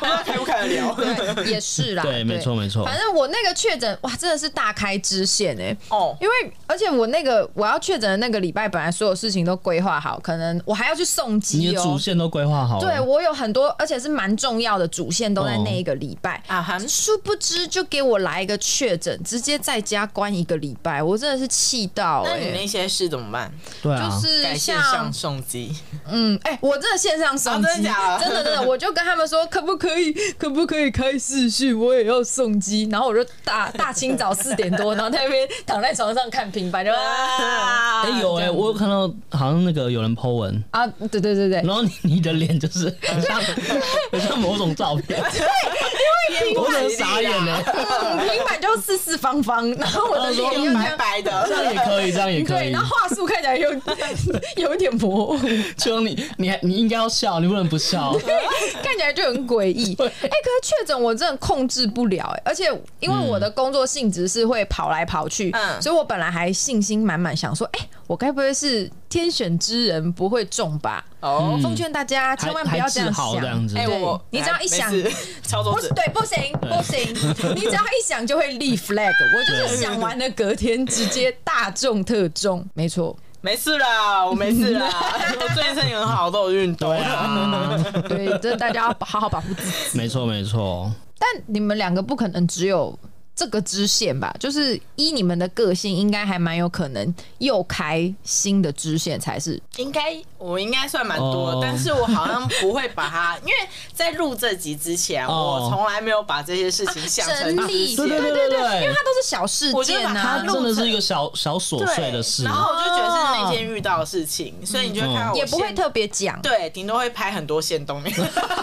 Speaker 3: 我不知道开不开得了。
Speaker 1: 哦对，也是啦。
Speaker 2: 对，没错，没错。
Speaker 1: 反正我那个确诊，哇，真的是大开支线哎、
Speaker 3: 哦，
Speaker 1: 因为而且我那个我要确诊的那个礼拜，本来所有事情都规划好，可能我还要去送
Speaker 2: 你
Speaker 1: 机
Speaker 2: 的
Speaker 1: 哦
Speaker 2: 主。线都规划好了，
Speaker 1: 对，我有很多，而且是蛮重要的主线都在那一个礼拜。
Speaker 3: 啊哈，
Speaker 1: 殊不知，就给我来一个确诊，直接在家关一个礼拜，我真的是气到
Speaker 3: 那
Speaker 1: 哎、
Speaker 3: 你那些事怎么办？
Speaker 2: 对
Speaker 1: 就
Speaker 2: 啊，
Speaker 1: 是
Speaker 3: 改线
Speaker 1: 像
Speaker 3: 上送机，
Speaker 1: 嗯，哎、我真的线上送机、
Speaker 3: 啊真的假的
Speaker 1: 真的真的我就跟他们说，可不可以，可不可以开视讯，我也要送机。然后我就大大清早四点多，然后在那边躺在床上看平板，就啊，
Speaker 2: 哎有哎，我有看到好像那个有人 po 文，
Speaker 1: 啊，对对对 对，
Speaker 2: 然后你你的脸就是很像很像某种照片，我很傻眼
Speaker 3: 啊
Speaker 2: 欸呢。
Speaker 1: 嗯，平板就四四方方，然后
Speaker 3: 哦
Speaker 1: 我的
Speaker 2: 他说
Speaker 1: 脸又
Speaker 3: 脸
Speaker 1: 这
Speaker 3: 白
Speaker 1: 样。
Speaker 3: 白
Speaker 2: 这
Speaker 3: 的，
Speaker 2: 样也可以，这样也可
Speaker 1: 对，
Speaker 2: 以
Speaker 1: 然。后话术看起来有有一点模糊，
Speaker 2: 求你，你还你应该要笑，你不能不笑。
Speaker 1: 看起来就很诡异。哎、可是确诊我真的控制不了、哎，而且因为我的工作性质是会跑来跑去，
Speaker 3: 嗯
Speaker 1: 所以我本来还信心满满，想说，哎、我该不会是天选之人不会中吧？
Speaker 3: 哦，
Speaker 1: 奉劝大家千万不要这样
Speaker 2: 嗯还还治好
Speaker 1: 想，
Speaker 2: 这样子
Speaker 1: 嗯对
Speaker 3: 哎，我哎
Speaker 1: 你只要一想。
Speaker 3: 没事敲桌
Speaker 1: 不
Speaker 3: 子
Speaker 1: 是，，对，不行，不行！你只要一想就会立 flag，我就是想完了，隔天直接大中特中，没错，
Speaker 3: 没事啦，我没 事啦，我最近身体很好，都有运动
Speaker 2: 对。啊，
Speaker 1: 对，这大家要好好保护自己。
Speaker 2: 没错没错，
Speaker 1: 但你们两个不可能只有这个支线吧？就是依你们的个性，应该还蛮有可能又开新的支线才是。
Speaker 3: 应该我应该算蛮多
Speaker 2: 哦
Speaker 3: 的，但是我好像不会 把它，因为在录这集之前，
Speaker 2: 哦
Speaker 3: 我从来没有把这些事情想成
Speaker 1: 整理
Speaker 3: 支
Speaker 2: 对
Speaker 3: 线
Speaker 2: 对对对对
Speaker 1: 因为它都是小事
Speaker 3: 我就
Speaker 1: 件
Speaker 3: 把
Speaker 2: 它
Speaker 1: 啊
Speaker 3: 它。录
Speaker 2: 真的是一个小小琐碎的事
Speaker 3: 对，然。后我就觉得是那天遇到的事情，所以你就会看到我
Speaker 1: 嗯也不会
Speaker 3: 现
Speaker 1: 特别讲，
Speaker 3: 对，顶多会拍很多线动， 线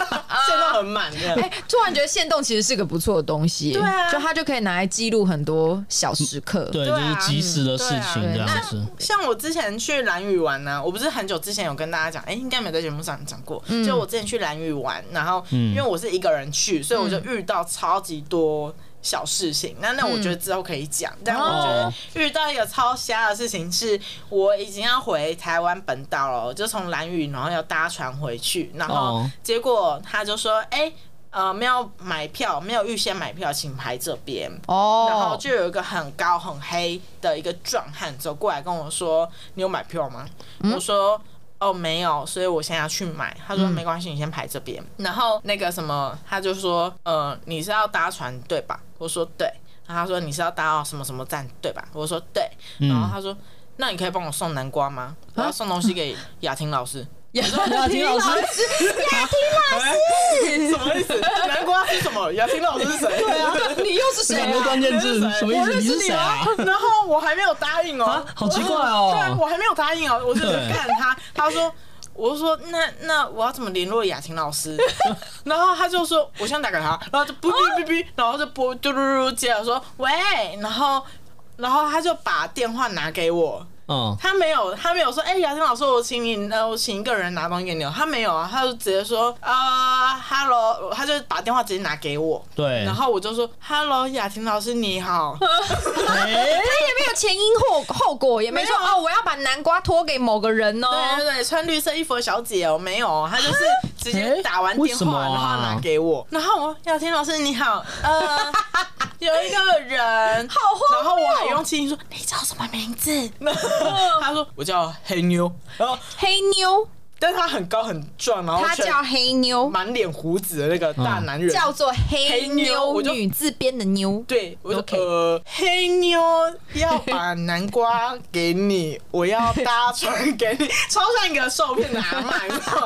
Speaker 3: 动很满的。
Speaker 1: 哎、突然觉得线动其实是个不错的东西，
Speaker 3: 对啊
Speaker 1: 就它就可以拿来记录很多小时刻，
Speaker 2: 对，就
Speaker 3: 对啊
Speaker 2: 是及时的事情
Speaker 1: 嗯
Speaker 2: 这
Speaker 1: 对啊
Speaker 2: 样子。
Speaker 3: 像我之前去蓝屿玩呢、我不是很久之前有跟大家讲，哎、应该没在节目上讲过。就我之前去蓝屿玩，然后因为我是一个人去，所以我就遇到超级多。小事情，那那我觉得之后可以讲。但我觉得遇到一个超瞎的事情是，我已经要回台湾本岛了，就从蓝屿，然后要搭船回去，然后
Speaker 2: 哦
Speaker 3: 结果他就说：“哎、呃，没有买票，没有预先买票，请排这边。”然后
Speaker 1: 哦，
Speaker 3: 就有一个很高很黑的一个壮汉走过来跟我说：“你有买票吗？”我说：“哦，没有，所以我现在要去买。”他说：“没关系，你先排这边。”然后那个什么，他就说：“呃，你是要搭船对吧？”我说：“对。”然后他说：“你是要搭到什么什么站对吧？”我说：“
Speaker 2: 嗯
Speaker 3: 嗯啊对。”然后他说：“那你可以帮我送南瓜吗？我要送东西给雅婷老师。”
Speaker 1: 雅
Speaker 2: 雅婷老师，
Speaker 3: 什么意思？南瓜是什么？雅婷老师是谁？对 啊，
Speaker 1: 你又是谁
Speaker 2: 两个
Speaker 1: 啊？
Speaker 2: 关键字
Speaker 3: 我认识哦
Speaker 2: 什么意思？
Speaker 1: 你
Speaker 2: 是谁啊？
Speaker 3: 然后我还没有答应哦
Speaker 2: 啊，好奇怪哦
Speaker 3: 对，我还没有答应哦，我就
Speaker 2: 对
Speaker 3: 是看他，他说。我就说那那我要怎么联络雅婷老师？ 然后他就说我想打给他，然后就哔哔哔哔，然后就拨嘟嘟嘟接了说喂，然后然后他就把电话拿给我，
Speaker 2: 嗯，
Speaker 3: 他没有，他没有说，哎、雅婷老师，我请你，呃，我请一个人拿东西给你哦。他没有啊，他就直接说，呃，hello，他就把电话直接拿给我，
Speaker 2: 对
Speaker 3: 然。后我就说，hello，雅婷老师你好，
Speaker 2: 哎，
Speaker 1: 他也没有前因后后果，也没说
Speaker 3: 没有啊
Speaker 1: 哦，我要把南瓜托给某个人
Speaker 3: 对
Speaker 1: 哦。
Speaker 3: 对对，穿绿色衣服的小姐哦，没有，她就是直接打完
Speaker 2: 诶为
Speaker 3: 电
Speaker 2: 什么
Speaker 3: 话，
Speaker 2: 啊
Speaker 3: 然后拿给我，然后我雅婷老师你好，呃，有一个人，
Speaker 1: 好荒啊哦
Speaker 3: 然后我还用轻音说，你叫什么名字？他说我叫黑妞，然后
Speaker 1: 黑妞，
Speaker 3: 但他很高很壮，然后
Speaker 1: 他
Speaker 3: 全
Speaker 1: 叫黑妞，
Speaker 3: 满脸胡子的那个大男人，
Speaker 1: 叫做黑
Speaker 3: 黑妞
Speaker 1: 妞，
Speaker 3: 我就
Speaker 1: 女字边的妞。
Speaker 3: 对，我就
Speaker 1: OK
Speaker 3: 呃，黑妞要把南瓜给你，我要搭船给你，超像一个受骗的阿嬷，你知道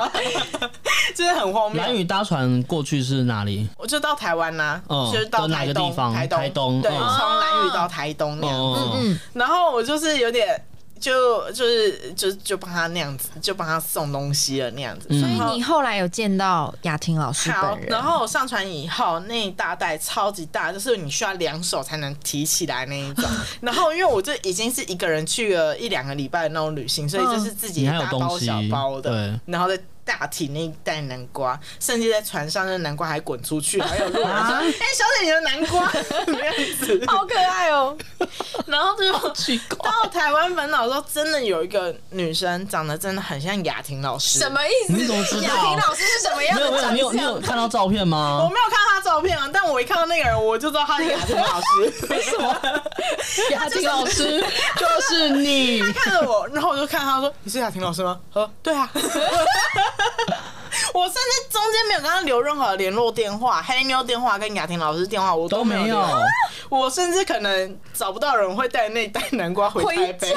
Speaker 3: 吗？ 真的很荒
Speaker 2: 蓝
Speaker 3: 谬。
Speaker 2: 宇搭船过去是哪里？
Speaker 3: 我就到台湾啦，
Speaker 2: 嗯
Speaker 3: 就是到
Speaker 2: 到哪
Speaker 3: 台
Speaker 2: 个
Speaker 3: 东，
Speaker 2: 地方
Speaker 3: 台东，
Speaker 2: 台东
Speaker 3: 对，
Speaker 2: 嗯
Speaker 3: 从南屿到台东那样。
Speaker 2: 哦，
Speaker 1: 嗯，
Speaker 3: 然后我就是有点。就就是就就帮他那样子，就帮他送东西了那样
Speaker 2: 嗯
Speaker 3: 子，
Speaker 1: 所以
Speaker 3: 然后
Speaker 1: 你后来有见到雅婷老师
Speaker 3: 好
Speaker 1: 本，人，
Speaker 3: 然后我上船以后，那一大袋超级大，就是你需要两手才能提起来那一 种。然后因为我这已经是一个人去了一两个礼拜的那种旅行，所以就是自己
Speaker 2: 你还有
Speaker 3: 大包
Speaker 2: 东西
Speaker 3: 小包的
Speaker 2: 对，
Speaker 3: 然后再大提那一袋南瓜，甚至在船上那南瓜还滚出去，还有路人说：“
Speaker 2: 啊
Speaker 3: 哎、小姐，你的南瓜 那样子。
Speaker 1: 好可爱哦，”
Speaker 3: 然后就
Speaker 2: 奇怪，
Speaker 3: 到台湾本岛的时候，真的有一个女生长得真的很像雅婷老师，
Speaker 1: 什么意思？
Speaker 2: 你怎么知道
Speaker 1: 雅婷老师是什么样
Speaker 2: 没
Speaker 1: 的
Speaker 2: 有没有，
Speaker 1: 长
Speaker 2: 你有你有
Speaker 1: 相？
Speaker 2: 看到照片
Speaker 3: 我
Speaker 2: 吗？
Speaker 3: 没有看到她照片啊，但我一看到那个人，我就知道她是雅婷老师。 为什么？
Speaker 2: 雅婷老 师就是你，
Speaker 3: 看着我，然后我就看他说：“你是雅婷老师吗？”他说：“对啊。” 我甚至中间没有跟他留任何联络电话、黑妞电话跟雅婷老师电话，我
Speaker 2: 都
Speaker 3: 没
Speaker 2: 没有
Speaker 3: 留。我甚至可能找不到人会带那袋南瓜回台 北，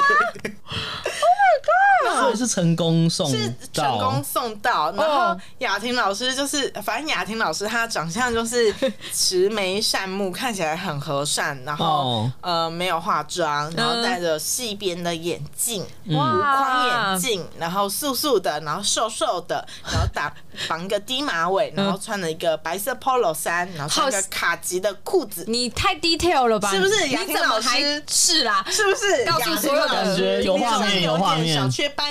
Speaker 2: 所以是成功送
Speaker 3: 是
Speaker 2: 嗯
Speaker 3: 成
Speaker 2: 到
Speaker 3: 功。送到。然后雅婷老师就是，反正雅婷老师她长相就是慈眉善目，看起来很和善，然后、
Speaker 2: 哦
Speaker 3: 呃没有化妆，然后
Speaker 1: 嗯
Speaker 3: 戴着细边的眼镜，
Speaker 2: 嗯
Speaker 3: 框
Speaker 1: 哇
Speaker 3: 眼，镜，然后素素的，然后瘦瘦的，然后打绑一个低马尾，然后穿了一个白色 polo 衫，然后穿一个
Speaker 1: 好
Speaker 3: 卡其的裤子，
Speaker 1: 你太 detail 了吧？
Speaker 3: 是不是雅
Speaker 1: 你
Speaker 3: 婷
Speaker 1: 怎么
Speaker 3: 老师
Speaker 1: 还是啦？
Speaker 3: 是不是？
Speaker 1: 告诉所有的
Speaker 2: 感觉有画面
Speaker 3: 脸
Speaker 2: 有画面
Speaker 3: 小雀 斑。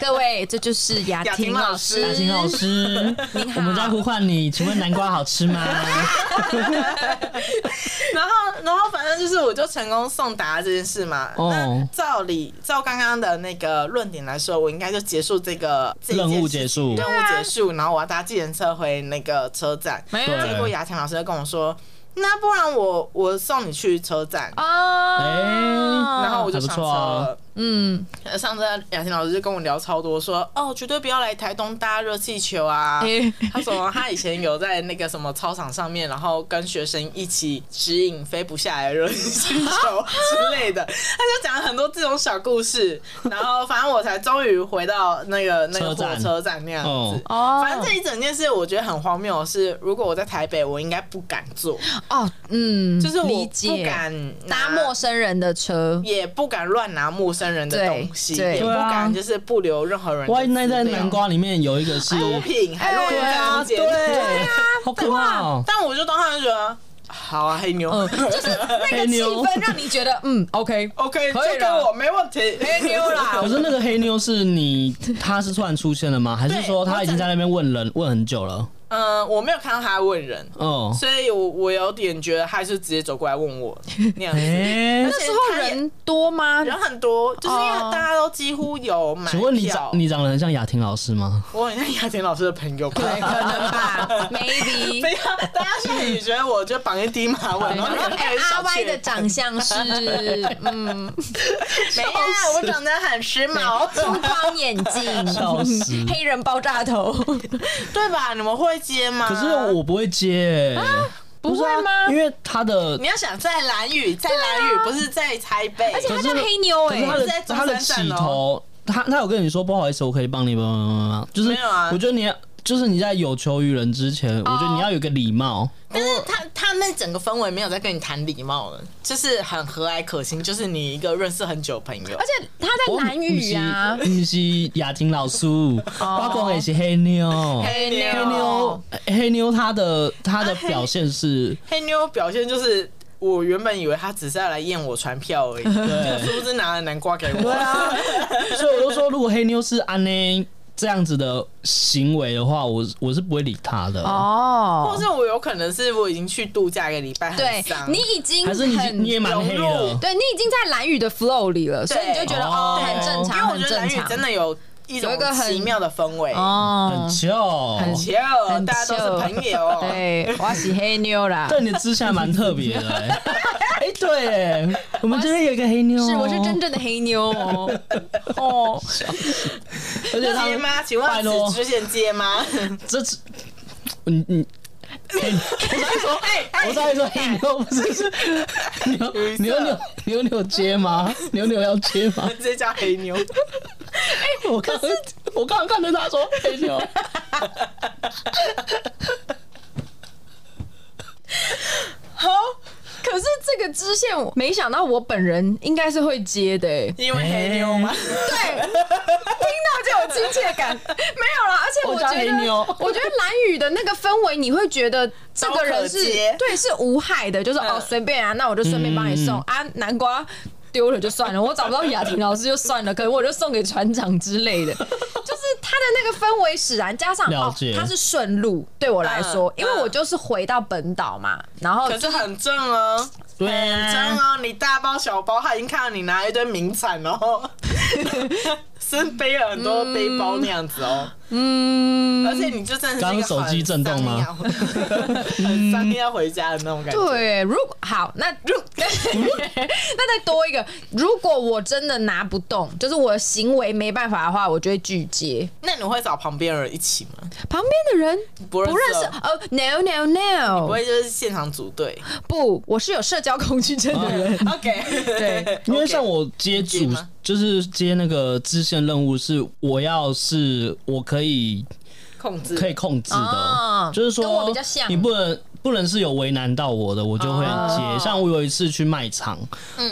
Speaker 1: 各位，这就是雅
Speaker 3: 雅婷
Speaker 1: 婷
Speaker 3: 老
Speaker 1: 老
Speaker 3: 师
Speaker 1: 师。
Speaker 2: 雅婷老 师，
Speaker 1: 您好
Speaker 2: 我们在呼唤你，请问南瓜好吃吗？
Speaker 3: 然后，然后反正就是，我就成功送达这件事嘛。
Speaker 2: 哦
Speaker 3: 那照理照刚刚的那个论点来说，我应该就结束这个这一件
Speaker 2: 任务
Speaker 3: 事
Speaker 2: 结束
Speaker 3: 任务结束，然后我要搭计程车回那个车站。
Speaker 1: 没有
Speaker 2: 啊
Speaker 3: 结果雅婷老师就跟我说：“那不然我我送你去车站。
Speaker 1: 啊，
Speaker 2: 哎
Speaker 3: 然后我就上车
Speaker 2: 还啊
Speaker 3: 了。
Speaker 1: 嗯，
Speaker 3: 呃上车，雅婷老师就跟我聊超多，说：“哦，绝对不要来台东搭热气球啊！”
Speaker 1: 哎
Speaker 3: 他说啊他以前有在那个什么操场上面，然后跟学生一起指引飞不下来的热气球之类的，他就讲了很多这种小故事。然后反正我才终于回到那个那个
Speaker 2: 车站
Speaker 3: 火车站那样
Speaker 2: 哦
Speaker 3: 子。
Speaker 1: 哦，
Speaker 3: 反正这一整件事，我觉得很荒谬的是，如果我在台北，我应该不敢做，
Speaker 1: 哦，嗯，
Speaker 3: 就是我
Speaker 1: 理解
Speaker 3: 不敢拿
Speaker 1: 搭陌生人的车，
Speaker 3: 也不敢乱拿陌生人的东西，
Speaker 1: 对对
Speaker 3: 也不敢就是不留任何人的
Speaker 2: 啊万一那
Speaker 3: 资
Speaker 2: 袋
Speaker 3: 料
Speaker 2: 南瓜里面有一个是，
Speaker 3: 毒品，还落
Speaker 2: 对
Speaker 3: 在
Speaker 2: 啊，
Speaker 3: 中间，
Speaker 2: 对，好可怕哦！
Speaker 3: 但我就当时就觉得，好啊，黑妞、
Speaker 1: 那个气氛让你觉得嗯，OK，
Speaker 3: o k
Speaker 1: 可以
Speaker 3: 就跟
Speaker 1: 了
Speaker 3: 我没问题，黑妞啦
Speaker 2: 可是那个黑妞是你，他是突然出现了吗？还是说他已经在那边问人问很久了？
Speaker 3: 嗯，我没有看到他问人，
Speaker 2: 哦，
Speaker 3: 所以我我有点觉得他是直接走过来问我那 样子。
Speaker 2: 哎，
Speaker 1: 那时候人多吗？
Speaker 3: 人很多，就是因为大家都几乎有买
Speaker 2: 请问你
Speaker 3: 票
Speaker 2: 长你长得很像雅婷老师吗？
Speaker 3: 我很像雅典老师的朋友吧？
Speaker 1: 对，可能吧，maybe
Speaker 3: 不。要，大家现在也觉得我就绑一低马 尾，然后
Speaker 1: 然后哎，阿
Speaker 3: 阿
Speaker 1: 歪的 长相是嗯，
Speaker 3: 没有，我长得很时髦，
Speaker 1: 粗框眼
Speaker 2: 笑死
Speaker 1: 镜，黑人爆炸头，
Speaker 3: 对吧？你们会接吗？
Speaker 2: 可是我不会接、
Speaker 1: 不
Speaker 2: 是啊
Speaker 1: 会吗
Speaker 2: 因为他的
Speaker 3: 你，要想在蓝屿，在蓝屿不是在台北，
Speaker 1: 而且他
Speaker 2: 可是
Speaker 1: 叫黑妞
Speaker 2: 可是
Speaker 1: 哎
Speaker 2: 他，
Speaker 3: 在
Speaker 2: 的
Speaker 3: 中
Speaker 2: 他的
Speaker 3: 山站
Speaker 2: 起
Speaker 3: 哦
Speaker 2: 头，他他有跟你说不好意思，我可以帮你帮帮帮帮，就是
Speaker 3: 没有啊
Speaker 2: 我觉得你要就是你在有求于人之前，我觉得你要有个礼貌。
Speaker 3: 但是他他那整个氛围没有在跟你谈礼貌了，就是很和蔼可亲，就是你一个认识很久的朋友
Speaker 1: 而。且他在南语啊
Speaker 2: 我，不是，不是雅婷老师，我讲的是黑妞，
Speaker 1: 黑妞
Speaker 2: 黑妞，黑妞，她的她
Speaker 1: 啊
Speaker 2: 的表现是，
Speaker 3: 黑妞表现就是，我原本以为他只是要来验我船票而已，就是不是拿了南瓜给我？
Speaker 2: 啊，所以我就说，如果黑妞是安呢这样子的行为的话，我我是不会理她的。
Speaker 1: 哦
Speaker 3: 或是我有可能是我已经去度假一个礼拜，
Speaker 1: 对
Speaker 3: 很伤
Speaker 1: 你已经
Speaker 2: 还是你已
Speaker 1: 很
Speaker 2: 经你也蛮黑
Speaker 3: 融
Speaker 2: 的
Speaker 3: 入，
Speaker 1: 对你已经在蓝语的 flow 里了，所以你就觉得哦
Speaker 2: 哦
Speaker 1: 很正
Speaker 3: 因为
Speaker 1: 常，
Speaker 3: 我
Speaker 1: 很
Speaker 3: 觉得
Speaker 1: 正
Speaker 3: 蓝宇
Speaker 1: 常，
Speaker 3: 真的有一种
Speaker 1: 有一个很
Speaker 3: 奇妙的氛围，
Speaker 1: 哦
Speaker 2: 很。俏，
Speaker 1: 很
Speaker 3: 切哦
Speaker 1: 很，
Speaker 3: 大家都是朋友。
Speaker 1: 对，我是黑妞啦，
Speaker 2: 对你的志向蛮特别 的、欸。哎、对耶，我们这边有一个黑妞、
Speaker 1: 是我是真，正的黑妞哦。 哦，
Speaker 2: 而且他
Speaker 3: 接
Speaker 2: 们
Speaker 3: 吗？请问
Speaker 2: 拜托
Speaker 3: 此出现接吗？
Speaker 2: 这次，你 你。黑我刚才 说，
Speaker 1: 哎
Speaker 2: 我刚才说黑妞不是 是牛牛牛牛牛接吗？牛牛要接吗？
Speaker 3: 直接叫黑妞，
Speaker 2: 我刚我刚刚看着他说哎黑妞，
Speaker 1: 好。可是这个支线，我没想到我本人应该是会接的、欸，
Speaker 3: 因为黑妞吗？
Speaker 1: 对，听到就有亲切感， 没有啦。而且我
Speaker 2: 我家
Speaker 1: 觉
Speaker 2: 黑
Speaker 1: 得
Speaker 2: 妞，
Speaker 1: 我觉得蓝宇的那个氛围，你会觉得这个人是
Speaker 3: 都可嗯接
Speaker 1: 对是无害的，就是、哦随便啊，那我就顺便帮你
Speaker 3: 嗯
Speaker 1: 送、啊，南瓜。丢了就算了，我找不到雅婷老师就算了，可能我就送给船长之类 的。就是他的那个氛围使然，加上
Speaker 2: 了
Speaker 1: 哦
Speaker 2: 解，
Speaker 1: 他是顺路对我来说，因
Speaker 3: 嗯
Speaker 1: 为我就是回到本岛嘛，然后
Speaker 3: 可是很正哦，
Speaker 2: 对
Speaker 1: 嗯
Speaker 3: 很正
Speaker 2: 啊，
Speaker 3: 哦，你大包小包，他已经看到你拿一堆名 产哦，是背了很
Speaker 1: 嗯
Speaker 3: 多背包那样子哦。嗯，而且你就真的是一
Speaker 2: 刚
Speaker 3: 个
Speaker 2: 手机震动吗嗯
Speaker 3: 很丧要？很商要回家的那种感觉。
Speaker 1: 对，如果好，那 如那再多一个，如果我真的拿不动，就是我的行为没办法的话，我就会拒接
Speaker 3: 那你会找旁边人一起吗？
Speaker 1: 旁边的人。
Speaker 3: 不
Speaker 1: 不
Speaker 3: 认
Speaker 1: 认识
Speaker 3: 识哦，
Speaker 1: 哦、n o no
Speaker 3: 不
Speaker 1: no，
Speaker 3: 会就是现场组队。
Speaker 1: 不，我是有社交恐惧症的人。
Speaker 3: OK，
Speaker 1: 对，
Speaker 2: 因为像我接主
Speaker 3: 你接吗
Speaker 2: 就是接那个支线任务，是我要是我可以
Speaker 3: 控制
Speaker 2: 可以控制的，
Speaker 1: 哦
Speaker 2: 就是说
Speaker 1: 跟我比较像
Speaker 2: 你不能不能是有为难到我的，我就会接。像我有一次去卖场，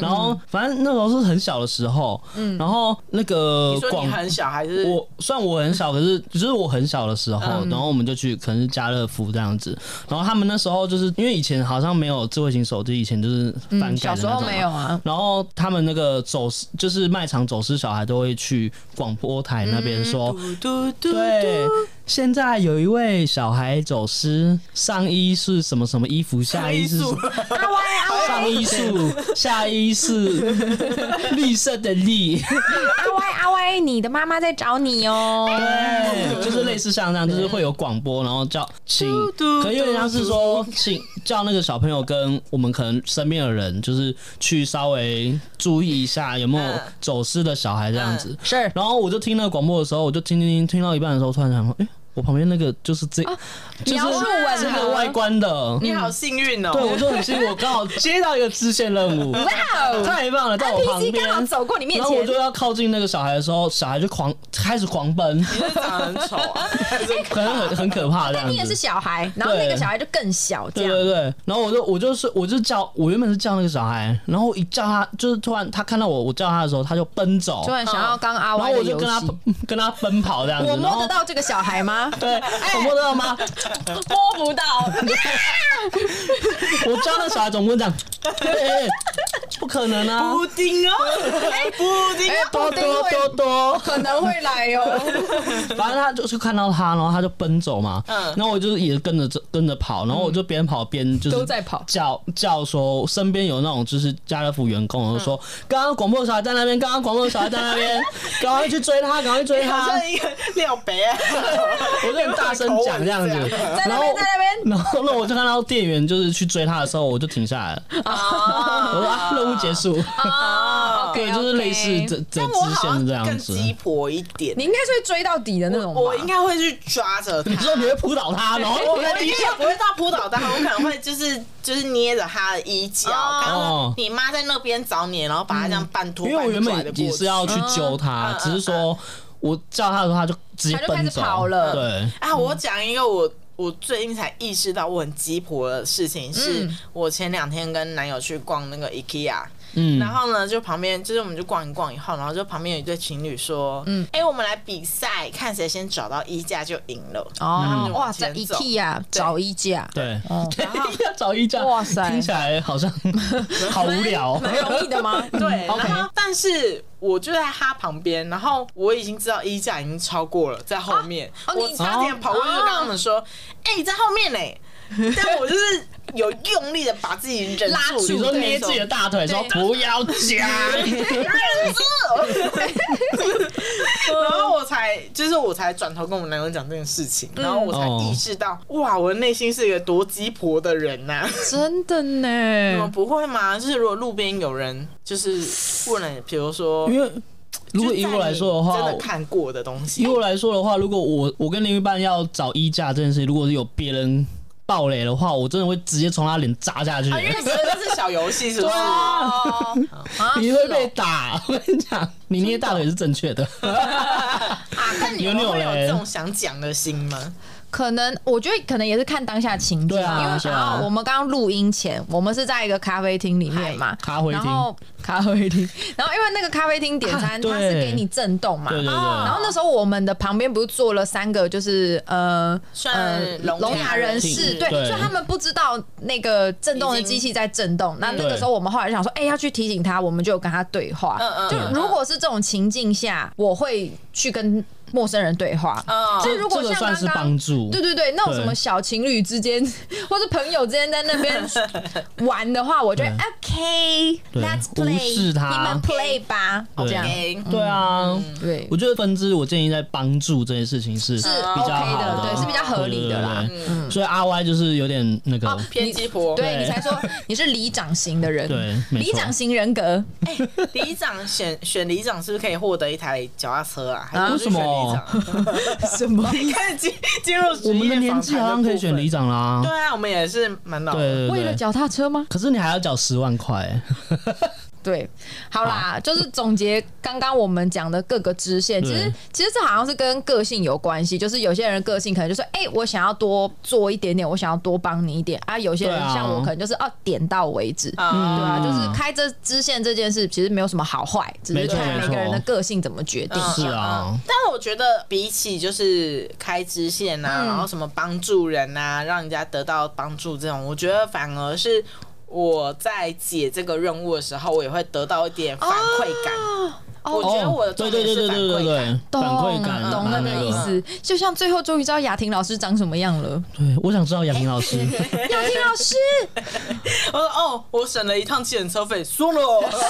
Speaker 2: 然后反正那时候是很小的时候，然后那个
Speaker 3: 你说
Speaker 2: 广
Speaker 3: 你很小还是
Speaker 2: 我算我很小，可是就是我很小的时候，然后我们就去可能是家乐福这样子，然后他们那时候就是因为以前好像没有智慧型手机，以前就是翻盖的
Speaker 1: 嗯，小
Speaker 2: 那
Speaker 1: 时
Speaker 2: 种
Speaker 1: 候
Speaker 2: 嘛
Speaker 1: 没有啊。
Speaker 2: 然后他们那个走私就是卖场走私小孩都会去广播台那边说，
Speaker 3: 嘟嘟
Speaker 2: 对，现在有一位小孩走私，上衣是什么什么衣服，下衣是什么
Speaker 1: 阿歪阿歪
Speaker 2: 上衣束，下衣是绿色的绿，
Speaker 1: 阿歪阿歪，你的妈妈在找你哦。
Speaker 2: 对，哎就是类似像这样，就是会有广播，然后叫请，
Speaker 3: 嘟
Speaker 2: 可有点像是说请叫那个小朋友跟我们可能身边的人，就是去稍微注意一下有没有
Speaker 3: 嗯
Speaker 2: 走私的小孩这样子。
Speaker 1: 是
Speaker 2: 然后我就听那个广播的时候，我就听听听听到一半的时候，突然想说，哎、我旁边那个就是这，就是
Speaker 1: 描述吻
Speaker 2: 这个
Speaker 1: 合
Speaker 2: 外观的，
Speaker 3: 你好幸运哦！
Speaker 2: 对我就很幸运，我刚好接到一个支线任务，
Speaker 1: 哇哦
Speaker 2: 太棒了，在我旁
Speaker 1: ，NPC 刚好
Speaker 2: 边。
Speaker 1: 走过你面
Speaker 2: 然后我就
Speaker 1: 前，
Speaker 2: 要靠近那个小孩的时候，小孩就狂开始狂奔，
Speaker 3: 你是长得很 丑啊，
Speaker 2: 可能很很可怕这样
Speaker 1: 但你也是
Speaker 2: 子。
Speaker 1: 小孩，然后那个
Speaker 2: 对
Speaker 1: 小孩就更小，这
Speaker 2: 对
Speaker 1: 样
Speaker 2: 对对，然后我就我就是我就叫我原本是叫那个小孩，然后一叫他就是突然他看到我我叫他的时候他就奔走，
Speaker 1: 突然想要刚阿
Speaker 2: 然后
Speaker 1: 歪的
Speaker 2: 我就
Speaker 1: 游
Speaker 2: 跟他
Speaker 1: 戏。
Speaker 2: 跟他奔跑这样子，
Speaker 1: 我
Speaker 2: 然
Speaker 1: 摸
Speaker 2: 后
Speaker 1: 得到这个小孩吗？
Speaker 2: 对，我摸得到吗？
Speaker 1: 哎摸不到，
Speaker 2: 我教那小孩总不能 这样，对，哎不可能啊！
Speaker 3: 布丁哦，布丁
Speaker 1: 哎，
Speaker 2: 多多多多，
Speaker 1: 可能会来哦。
Speaker 2: 反正他就是看到他，然后他就奔走嘛。
Speaker 3: 嗯
Speaker 2: 然后我就是也跟着这跟着跑，然后我就边跑边就是
Speaker 1: 都在跑
Speaker 2: 叫叫说身边有那种就是家乐福员工，我就说刚刚广播小孩在那边，刚刚广播小孩在那边，赶快去追他，赶快去追
Speaker 3: 好
Speaker 2: 他
Speaker 3: 像！一个廖北啊，
Speaker 2: 我就很大声讲这样子
Speaker 3: 有没有口吻，
Speaker 1: 在
Speaker 2: 然
Speaker 1: 那
Speaker 2: 后
Speaker 1: 边，在那边，
Speaker 2: 然后呢，我就看到店哦啊
Speaker 3: 啊
Speaker 2: 员就是去追他的时候，我就停下来了，我说啊，任务结束。
Speaker 1: 哦
Speaker 2: 对，就是类似这这
Speaker 3: 但我
Speaker 2: 支
Speaker 3: 好
Speaker 2: 线
Speaker 3: 像
Speaker 2: 这样
Speaker 3: 更
Speaker 2: 子。
Speaker 3: 鸡婆一点
Speaker 1: 你，应该是会追到底的那种吧。
Speaker 3: 我应该会去抓着他
Speaker 2: 你。说你会扑倒他，然后
Speaker 3: 我们的确不会到扑倒他，我可能会就是就是捏着他的衣角，
Speaker 1: 哦
Speaker 3: 然后你妈在那边找你，然后把他这样半拖
Speaker 2: 因为我
Speaker 3: 半
Speaker 2: 原
Speaker 3: 拽的
Speaker 2: 本也
Speaker 3: 过
Speaker 2: 是
Speaker 3: 去。
Speaker 2: 要去揪他，
Speaker 3: 嗯
Speaker 2: 只是说我叫他的时候，他就直接
Speaker 1: 他就开
Speaker 2: 奔
Speaker 1: 始
Speaker 2: 走
Speaker 1: 跑了
Speaker 2: 对，
Speaker 3: 啊，我讲一个我我最近才意识到我很鸡婆的事情，是
Speaker 1: 嗯
Speaker 3: 我前两天跟男友去逛那个 IKEA，
Speaker 2: 嗯，
Speaker 3: 然后呢，就旁边就是我们就逛一逛以后，然后就旁边有一对情侣说，嗯
Speaker 1: 嗯，
Speaker 3: 哎、我们来比赛，看谁先找到衣架就赢了。
Speaker 1: 哦
Speaker 3: 嗯，
Speaker 1: 哇塞
Speaker 3: 往前走
Speaker 1: ，IKEA 啊找衣架，
Speaker 2: 对，
Speaker 1: 哦
Speaker 2: 要找一架，
Speaker 1: 哇塞
Speaker 2: 听起来好像好无聊。
Speaker 1: 蛮容易的吗？哦
Speaker 3: 对，
Speaker 2: OK
Speaker 3: 然后但是我就在他旁边，然后我已经知道衣架已经超过了，在后面，
Speaker 1: 啊哦
Speaker 3: 我
Speaker 1: 你
Speaker 3: 差点跑过去就跟他们说，哎、你在后面呢、 但我就是有用力的把自己忍
Speaker 1: 拉
Speaker 3: 住，
Speaker 1: 住 嗯
Speaker 2: 你说捏自己的
Speaker 3: 的
Speaker 2: 大腿，说
Speaker 1: 对
Speaker 2: 不要夹，
Speaker 3: 然后我才就是我才转头跟我男友讲这件事情，
Speaker 1: 嗯
Speaker 3: 然后我才
Speaker 2: 哦
Speaker 3: 意识到，哇，我的内心是一个多鸡婆的人呐、
Speaker 1: 真的
Speaker 2: 嗯
Speaker 3: 你们
Speaker 1: 呢，
Speaker 3: 不会吗？就是如果路边有人就是问了，比如说，
Speaker 2: 因为如果
Speaker 3: 就
Speaker 2: 以
Speaker 3: 在
Speaker 2: 我来
Speaker 3: 你
Speaker 2: 说的话，
Speaker 3: 真的看过的东西
Speaker 2: 以，我来说的话，如果我我跟另一半要找衣架这件事，情，如果是有别人爆雷的话，我真的会直接从他脸砸下去，
Speaker 3: 啊因为真的是小游戏，是不
Speaker 2: 对
Speaker 3: 是？
Speaker 2: 啊，
Speaker 1: 啊
Speaker 2: 你会被打。我跟你讲，你捏大腿是正确的。
Speaker 3: 啊，但你们
Speaker 2: 有
Speaker 3: 会
Speaker 2: 没有
Speaker 3: 有
Speaker 2: 嘞
Speaker 3: 这种想讲的心吗？
Speaker 2: 呃
Speaker 1: 可能我觉得可能也是看当下情境，
Speaker 2: 对啊
Speaker 1: 因为
Speaker 2: 对
Speaker 1: 想
Speaker 2: 啊
Speaker 1: 要我们刚刚录音前，我们是在一个咖啡厅里面嘛，
Speaker 2: 咖啡厅
Speaker 1: 然后咖啡厅， 然后因为那个咖啡厅点
Speaker 2: 啊
Speaker 1: 餐，
Speaker 2: 对
Speaker 1: 它是给你震动嘛，
Speaker 2: 对对对
Speaker 1: 然后那时候我们的旁边不是坐了三个，就是呃
Speaker 3: 算
Speaker 1: 呃
Speaker 3: 聋
Speaker 1: 聋
Speaker 3: 哑
Speaker 1: 哑
Speaker 3: 人
Speaker 1: 人
Speaker 2: 士
Speaker 1: 士，对，
Speaker 2: 对
Speaker 1: 所以他们不知道那个震动的
Speaker 3: 已经
Speaker 1: 机器在震动。那那个
Speaker 2: 对
Speaker 1: 时候我们后来就想说，哎，要去提醒他，我们就有跟他对话
Speaker 3: 嗯嗯。
Speaker 1: 就
Speaker 2: 嗯
Speaker 1: 如果是这种情境下，我会去跟陌生人对话。
Speaker 3: 嗯
Speaker 1: 就如果
Speaker 2: 这
Speaker 1: 像
Speaker 2: 个算
Speaker 1: 刚
Speaker 2: 是
Speaker 1: 刚
Speaker 2: 帮助，
Speaker 1: 对对对，那种
Speaker 2: 对
Speaker 1: 什么小情侣之间 或者朋友之间在那 边玩的话，我觉得 OK，Let's
Speaker 2: 对无
Speaker 1: play，
Speaker 2: 视他
Speaker 1: 你们 play 吧，
Speaker 2: 对
Speaker 1: 这样
Speaker 3: ，OK，
Speaker 2: 对啊。
Speaker 1: 对
Speaker 2: 我觉得分支，我建议在帮助这件事情是
Speaker 1: 是
Speaker 2: 比较
Speaker 1: OK
Speaker 2: 好
Speaker 1: 的，对，是比较合理的啦嗯哦
Speaker 2: 对。对对所以 R Y 就是有点那个，
Speaker 3: 偏鸡婆。
Speaker 1: 对
Speaker 2: 对
Speaker 1: 你才说你是里长型的人，
Speaker 2: 对没
Speaker 1: 里
Speaker 2: 错
Speaker 1: 长型人格，
Speaker 3: 里长选选里长是不是可以获得一台脚踏车啊？还
Speaker 1: 啊
Speaker 2: 为
Speaker 3: 是我
Speaker 2: 什
Speaker 3: 去选里
Speaker 2: 么
Speaker 3: 长？
Speaker 1: 什么？
Speaker 3: 开始进进入职
Speaker 2: 我们的
Speaker 3: 业
Speaker 2: 年
Speaker 3: 访
Speaker 2: 纪
Speaker 3: 谈
Speaker 2: 好像可以
Speaker 3: 部分
Speaker 2: 选里。长啦
Speaker 3: 对。啊，我们也是蛮老
Speaker 2: 对
Speaker 3: 的。
Speaker 2: 对对，
Speaker 1: 为了脚踏车吗？
Speaker 2: 可是你还要缴十万块，
Speaker 1: 对，好啦，就是总结刚刚我们讲的各个支线，其实
Speaker 2: 对
Speaker 1: 其实这好像是跟个性有关系，就是有些人个性可能就是哎、我想要多做一点点，我想要多帮你一点啊，有些人
Speaker 2: 对啊
Speaker 1: 像我可能就是哦、点到为止。
Speaker 2: 嗯
Speaker 1: 对
Speaker 3: 啊，
Speaker 1: 啊，就是开这支线这件事，其实没有什么好坏，只
Speaker 2: 没
Speaker 1: 是
Speaker 2: 错
Speaker 1: 看
Speaker 2: 没
Speaker 1: 每
Speaker 2: 错
Speaker 1: 个人的个性怎么决定。
Speaker 2: 是啊
Speaker 3: 嗯，但我觉得比起就是开支线啊，
Speaker 2: 嗯
Speaker 3: 然后什么帮助人啊，让人家得到帮助这种，我觉得反而是我在解这个任务的时候，我也会得到一点反馈感。我觉得我的
Speaker 2: 对
Speaker 3: 重
Speaker 2: 对哦对
Speaker 3: 点是
Speaker 2: 啊哦对对对
Speaker 3: 反馈
Speaker 2: 对，
Speaker 3: 感。
Speaker 1: 懂
Speaker 2: 反馈感，
Speaker 1: 懂那
Speaker 2: 反
Speaker 1: 个
Speaker 2: 馈
Speaker 1: 意思，就像最后终于知道雅婷老师长什么样了。
Speaker 2: 对，我想知道杨明老师，
Speaker 1: 雅婷老师，
Speaker 3: 我说哦，我省了一趟计程车费，输了。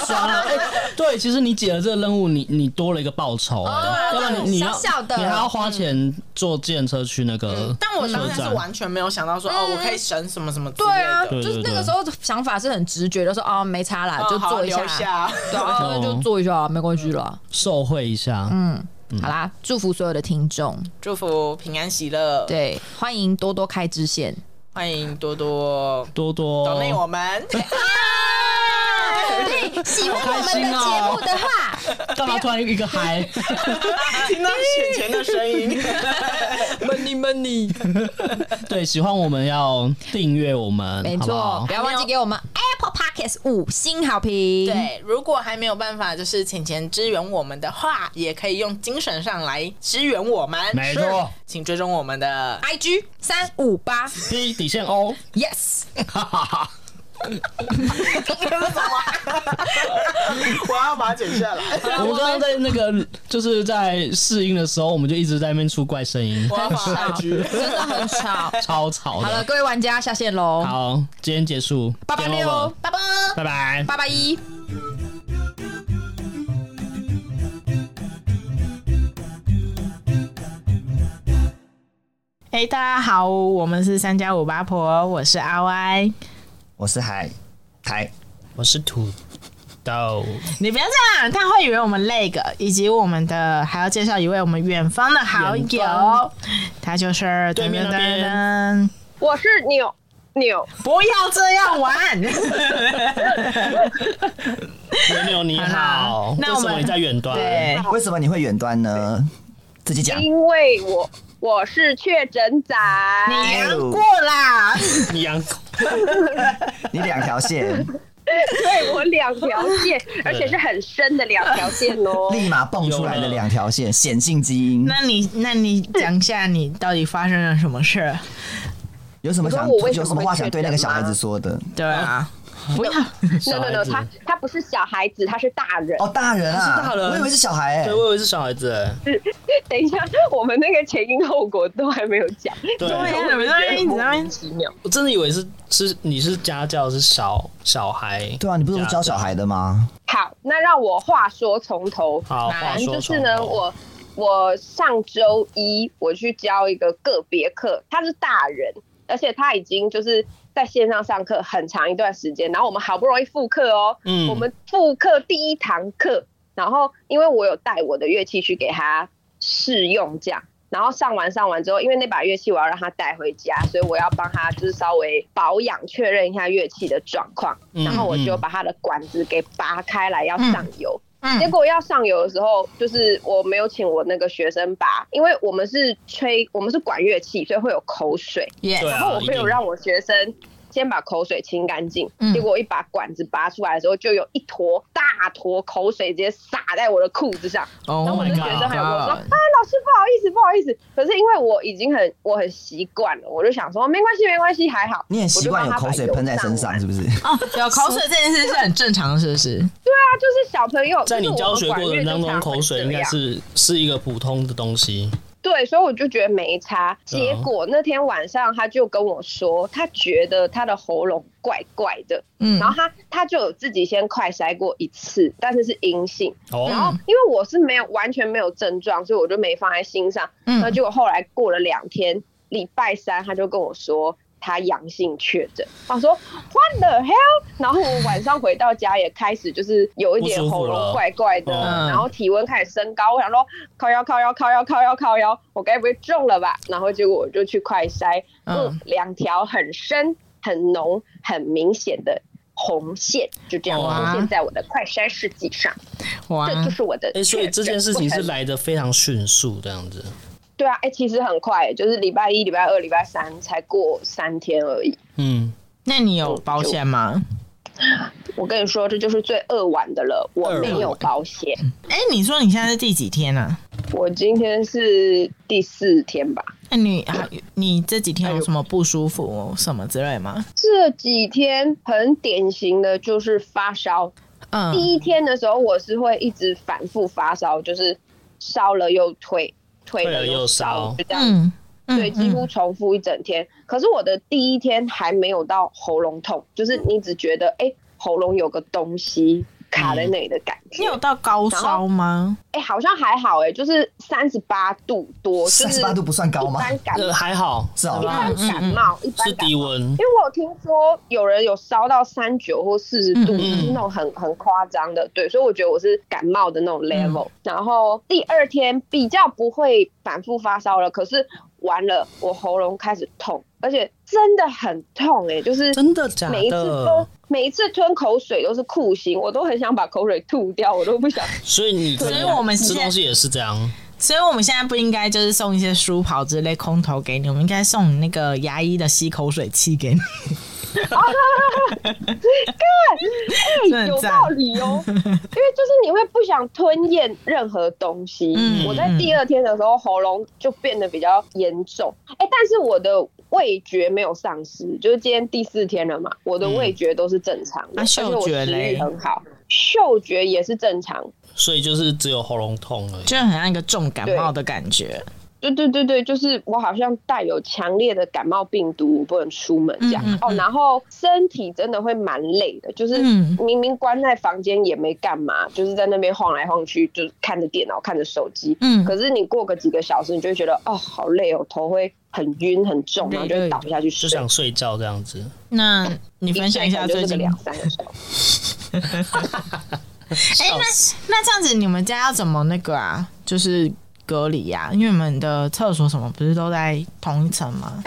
Speaker 2: 爽了。哎，对，其实你解了这个任务，你你多了一个报酬，哎要不然你你要
Speaker 1: 哦小小的嗯
Speaker 2: 你还要花钱坐电车去那个，
Speaker 3: 但我当
Speaker 2: 车
Speaker 3: 下
Speaker 2: 站
Speaker 3: 是完全没有想到说哦，我可以省什么什么之
Speaker 1: 对
Speaker 3: 类
Speaker 1: 啊，
Speaker 3: 的。
Speaker 2: 嗯对对
Speaker 1: 就是那
Speaker 2: 对
Speaker 1: 个时候想法是很直觉的，说哦没差啦，就
Speaker 3: 嗯好
Speaker 1: 做一
Speaker 3: 留下。
Speaker 1: 对啊，
Speaker 2: 哦
Speaker 1: 那就做一下啊，没关系啦。
Speaker 2: 受惠一下。
Speaker 1: 嗯
Speaker 2: 嗯
Speaker 1: 好啦，祝福所有的听众，
Speaker 3: 祝福平安喜乐，
Speaker 1: 对，欢迎多多开支线。
Speaker 3: 欢迎多多
Speaker 2: 多多，
Speaker 3: 岛内 我们。
Speaker 1: 对，哎喜欢
Speaker 2: 我们的啊节目
Speaker 1: 的话，
Speaker 2: 干嘛突然一个嗨？
Speaker 3: 听到选前的声音，
Speaker 1: money money，
Speaker 2: 对，喜欢我们要订阅我们，
Speaker 1: 没
Speaker 2: 好不
Speaker 1: 错，
Speaker 2: 好
Speaker 1: 不要忘记给我们 Apple Podcast 五星好评。，
Speaker 3: 对，如果还没有办法就是钱钱支援我们的话，也可以用精神上来支援我们。
Speaker 2: 没错
Speaker 3: 是，请追踪我 们的。
Speaker 1: ，IG 三五八
Speaker 2: ，P 底线哦，
Speaker 1: ，Yes，
Speaker 2: 哈哈哈。
Speaker 3: 我要把它剪 下来，
Speaker 2: 我们刚刚在那个就是在试音的时候，我们就一直在那边出怪声音
Speaker 3: 我，要把它剪下来
Speaker 1: 啊真的很 吵。
Speaker 2: 超吵
Speaker 1: 好了，
Speaker 2: 的。
Speaker 1: 各位玩家下线喽，
Speaker 2: 好，今天结束，
Speaker 1: 八八
Speaker 2: game over
Speaker 1: 六，八八，
Speaker 2: 拜拜。
Speaker 1: 八八一。
Speaker 3: 哎、大家好，我们是三加五八婆，我是阿 Y。
Speaker 4: 我是海台，
Speaker 5: 我是土
Speaker 2: 到。
Speaker 3: 你不要这样，他会以为我们 leg，以及我们的还要介绍一位我们远方的好
Speaker 2: 远
Speaker 3: 友
Speaker 2: 方，
Speaker 3: 他就是
Speaker 2: 对面那边
Speaker 3: 噔噔噔
Speaker 4: 我是扭扭，
Speaker 3: 不要这样玩。
Speaker 2: 牛牛你
Speaker 3: 好
Speaker 2: 好，
Speaker 3: 啦那
Speaker 2: 为
Speaker 3: 我
Speaker 2: 什
Speaker 3: 们
Speaker 2: 么你在远端？
Speaker 3: 对，
Speaker 5: 哎为什么你会远端呢？自己讲。
Speaker 4: 啊因为我我是确诊仔，
Speaker 3: 你杨过啦，
Speaker 2: 你养狗
Speaker 5: 你两条 线，
Speaker 4: 对我两条 线，而且是很深的两条线哦。
Speaker 5: 立马蹦出来的两条线，显性基因。
Speaker 3: 那你那你讲一下你到底发生了什么事？
Speaker 5: 有什么想
Speaker 4: 你说我为什么
Speaker 5: 有什么话想对那个小孩
Speaker 4: 会
Speaker 5: 子
Speaker 4: 确诊
Speaker 5: 说的？
Speaker 3: 对啊，不要，
Speaker 4: no
Speaker 2: 小
Speaker 4: no
Speaker 2: 孩
Speaker 4: no，
Speaker 2: 子
Speaker 4: 他他不是小孩子，他是大人。
Speaker 5: 哦，大人啊，
Speaker 2: 是大人
Speaker 5: 我以为是小孩、欸
Speaker 2: 对，。我以为是小孩子欸。
Speaker 4: 等一下，我们那个前因后果都还没有讲，
Speaker 2: 对，
Speaker 3: 对啊，
Speaker 4: 我
Speaker 3: 你们在那边一直在
Speaker 4: 莫
Speaker 3: 那
Speaker 4: 名
Speaker 3: 边
Speaker 4: 其妙。
Speaker 2: 我真的以为是是你是家教是小小孩。
Speaker 5: 对啊，你不是教小孩的吗？
Speaker 4: 好，那让我话说从头。
Speaker 2: 好话
Speaker 4: 反正
Speaker 2: 说
Speaker 4: 就是
Speaker 2: 从
Speaker 4: 呢，
Speaker 2: 头
Speaker 4: 我我上周一我去教一个个别课，他是大人，而且他已经就是在线上上课很长一段时间，然后我们好不容易复课哦，
Speaker 2: 嗯
Speaker 4: 我们复课第一堂课，然后因为我有带我的乐器去给他试用这样。然后上完上完之后，因为那把乐器我要让他带回家，所以我要帮他就是稍微保养确认一下乐器的状况，
Speaker 2: 嗯
Speaker 4: 然后我就
Speaker 2: 嗯
Speaker 4: 把他的管子给拔开来要上油，结
Speaker 3: 嗯，
Speaker 4: 果要上油的时候，就是我没有请我那个学生拔，因为我们是吹，我们是管乐器，所以会有口水。
Speaker 3: 耶
Speaker 2: 对，
Speaker 4: 然后
Speaker 2: 啊，
Speaker 4: 我
Speaker 2: 一
Speaker 4: 没有
Speaker 2: 定
Speaker 4: 让我学生先把口水清干净，
Speaker 3: 嗯
Speaker 4: 结果我一把管子拔出来的时候，就有一坨大坨口水直接洒在我的裤子上。然后
Speaker 3: Oh
Speaker 4: 我
Speaker 3: my
Speaker 2: my
Speaker 4: 的学
Speaker 2: god
Speaker 4: 生还有跟我说：“
Speaker 3: god
Speaker 4: 啊，老师不好意思，不好意思。”可是因为我已经很我很习惯了，我就想说没关系，没关系，还好。
Speaker 5: 你很习惯
Speaker 4: 我
Speaker 5: 有
Speaker 4: 就帮他
Speaker 5: 口
Speaker 4: 把
Speaker 5: 水
Speaker 4: 油
Speaker 5: 喷在身
Speaker 4: 上
Speaker 5: 上，
Speaker 4: 完。
Speaker 5: 是不是？
Speaker 3: 哦， 有口水这件事是很正常的，是不是？
Speaker 4: 他就是小朋友，
Speaker 2: 在你
Speaker 4: 就是我
Speaker 2: 教
Speaker 4: 们
Speaker 2: 学
Speaker 4: 管
Speaker 2: 过
Speaker 4: 乐
Speaker 2: 程当
Speaker 4: 就
Speaker 2: 中，
Speaker 4: 常
Speaker 2: 口
Speaker 4: 会
Speaker 2: 水
Speaker 4: 这
Speaker 2: 应该
Speaker 4: 样
Speaker 2: 是是一个普通的东西。
Speaker 4: 对，所以我就觉得没差。
Speaker 2: 对
Speaker 4: 结
Speaker 2: 啊
Speaker 4: 果那天晚上他就跟我说，他觉得他的喉咙怪怪的，
Speaker 3: 嗯
Speaker 4: 然后他他就有自己先快筛过一次，但是是阴性。然
Speaker 2: 哦
Speaker 4: 后，因为我是没有完全没有症状，所以我就没放在心上。
Speaker 3: 嗯
Speaker 4: 那结果后来过了两天，礼拜三他就跟我说。他阳性确诊，我说 What the hell？然后我晚上回到家也开始就是有一点
Speaker 2: 不舒服
Speaker 4: 喉咙
Speaker 2: 了
Speaker 4: 怪怪的，
Speaker 2: 嗯
Speaker 4: 然后体温开始升高，我想说靠腰靠腰靠腰靠腰靠腰，我该不会中了吧？然后结果我就去快筛，
Speaker 3: 嗯
Speaker 4: 嗯，两条很深、很浓、很明显的红线，就这样出
Speaker 3: 哇
Speaker 4: 现在我的快筛试剂上。
Speaker 3: 哇，
Speaker 4: 这就是我的确诊。
Speaker 2: 哎，所以这件事情是
Speaker 4: 我很
Speaker 2: 来的非常迅速，这样子。
Speaker 4: 对啊，哎、其实很快，就是礼拜一、礼拜二、礼拜三才过三天而已。
Speaker 2: 嗯，
Speaker 3: 那你有保险吗？
Speaker 4: 我跟你说，这就是最扼腕的了。我没有保险，
Speaker 2: 嗯
Speaker 3: 哎，你说你现在是第几天啊？
Speaker 4: 我今天是第四天吧。
Speaker 3: 那你还你这几
Speaker 4: 哎
Speaker 3: 天有什么不舒服什么之类吗？
Speaker 4: 这几天很典型的就是发烧。
Speaker 3: 嗯
Speaker 4: 第一天的时候，我是会一直反复发烧，就是烧了又退，退
Speaker 2: 退了
Speaker 4: 了
Speaker 2: 又
Speaker 4: 又烧
Speaker 2: 烧，
Speaker 4: 就这样
Speaker 3: 嗯，嗯
Speaker 4: 对，几乎重复一整天。可是我的第一天还没有到喉咙痛，就是你只觉得哎、诶喉咙有个东西卡在那里的感
Speaker 3: 嗯你
Speaker 4: 觉。哎、
Speaker 3: 有到高烧吗？
Speaker 4: 好像还好哎、诶就是三十八度多，就
Speaker 5: 三
Speaker 4: 是
Speaker 5: 十八度不算高
Speaker 4: 一
Speaker 5: 吗？
Speaker 4: 般感
Speaker 3: 嗯
Speaker 2: 呃，还好，
Speaker 5: 是哦
Speaker 4: 一般感冒，一般
Speaker 2: 是
Speaker 4: 感
Speaker 2: 低
Speaker 4: 冒。
Speaker 2: 温
Speaker 4: 因。为我有听说有人有烧到三九或四十度，
Speaker 3: 嗯嗯
Speaker 4: 就是那种很很夸张的，对，所以我觉得我是感冒的
Speaker 2: 嗯
Speaker 4: 那种 level。然后第二天比较不会反复发烧了，可是完了，我喉咙开始痛，而且真的很痛哎、就是
Speaker 2: 真的假
Speaker 4: 每一次都
Speaker 2: 的？
Speaker 4: 每一次吞口水都是酷刑，我都很想把口水吐掉，我都不想。
Speaker 2: 所以你
Speaker 3: 所以我们
Speaker 2: 吃
Speaker 3: 现在
Speaker 2: 东西也是这样。
Speaker 3: 所以我们现在不应该就是送一些书跑之类空投给你，我们应该送你那个牙医的吸口水器给你。 真的
Speaker 4: 有
Speaker 3: 赞
Speaker 4: 道理 哦，因为就是你会不想吞咽任何东西。
Speaker 3: 嗯
Speaker 4: 我在第二天的时候，喉咙就变得比较严重，哎、但是我的味觉没有丧失，就是今天第四天了嘛，我的味觉都是正常的，
Speaker 3: 那
Speaker 4: 而且
Speaker 3: 嗯啊嗅
Speaker 4: 我
Speaker 3: 觉
Speaker 4: 食
Speaker 3: 嘞
Speaker 4: 欲很好，嗅觉也是正常。
Speaker 2: 所以就是只有喉咙痛而已。
Speaker 3: 就很像一个重感冒的感觉。
Speaker 4: 对对对对，就是我好像带有强烈的感冒病毒，我不能出门这样、
Speaker 3: 嗯嗯
Speaker 4: 哦。然后身体真的会蛮累的，就是
Speaker 3: 嗯
Speaker 4: 明明关在房间也没干嘛，就是在那边晃来晃去，就是看着电脑、看着手机。
Speaker 3: 嗯
Speaker 4: 可是你过个几个小时，你就会觉得哦，好累哦，头会很晕很重，然后就
Speaker 3: 累累的
Speaker 4: 会倒下去
Speaker 2: 就
Speaker 4: 睡。
Speaker 2: 想睡觉这样子，
Speaker 3: 那你分享一下
Speaker 4: 就
Speaker 3: 最
Speaker 4: 是个
Speaker 3: 近
Speaker 4: 两三个小时。
Speaker 3: 哎、那那这样子，你们家要怎么那个啊？就是隔离呀、因为你们的厕所什么不是都在同一层吗？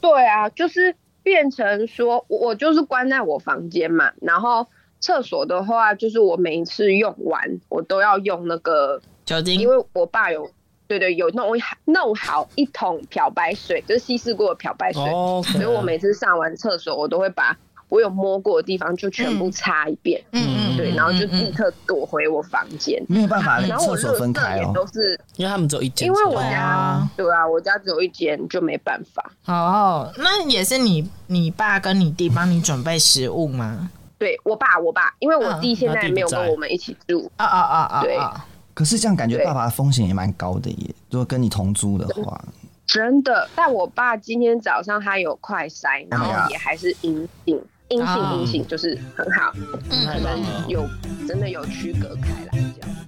Speaker 4: 对啊，就是变成说，我我就是关在我房间嘛，然后厕所的话，就是我每一次用完，我都要用那个，
Speaker 3: 酒
Speaker 4: 因
Speaker 3: 精
Speaker 4: 为我爸有。对对，有弄一弄好一桶漂白水，就是稀释过的漂白水。
Speaker 2: 哦，
Speaker 4: 所以我每次上完厕所，我都会把我有摸过的地方就全部擦一遍，
Speaker 3: 嗯
Speaker 4: 对，然后就立刻躲回我房间。
Speaker 5: 没有办法，
Speaker 4: 然后
Speaker 5: 嗯
Speaker 4: 我
Speaker 5: 厕所
Speaker 4: 热
Speaker 5: 分
Speaker 4: 色
Speaker 5: 开
Speaker 4: 也
Speaker 5: 哦。
Speaker 4: 都是，
Speaker 2: 因为他们只有一间，
Speaker 4: 因为我
Speaker 3: 对
Speaker 4: 家
Speaker 3: 啊
Speaker 4: 对啊，我家只有一间，就没办法。
Speaker 3: 哦，那也是你你爸跟你弟帮你准备食物吗？
Speaker 4: 对我爸，我爸，因为我
Speaker 3: 嗯
Speaker 4: 弟现
Speaker 2: 那
Speaker 4: 在
Speaker 2: 弟不
Speaker 4: 没有
Speaker 2: 在
Speaker 4: 跟我们一起住，
Speaker 3: 啊啊啊啊！
Speaker 4: 对
Speaker 3: 啊
Speaker 5: 可是这样感觉
Speaker 4: 对
Speaker 5: 爸爸风险也蛮高的耶。如果跟你同租的话，
Speaker 4: 真的。但我爸今天早上他有快筛，然
Speaker 5: Oh my
Speaker 2: 哎
Speaker 4: 后
Speaker 5: God
Speaker 4: 也还是阴性，阴性
Speaker 3: 啊
Speaker 4: 阴性就是很好，嗯
Speaker 2: 太棒了。
Speaker 4: 有真的有区隔开来这样。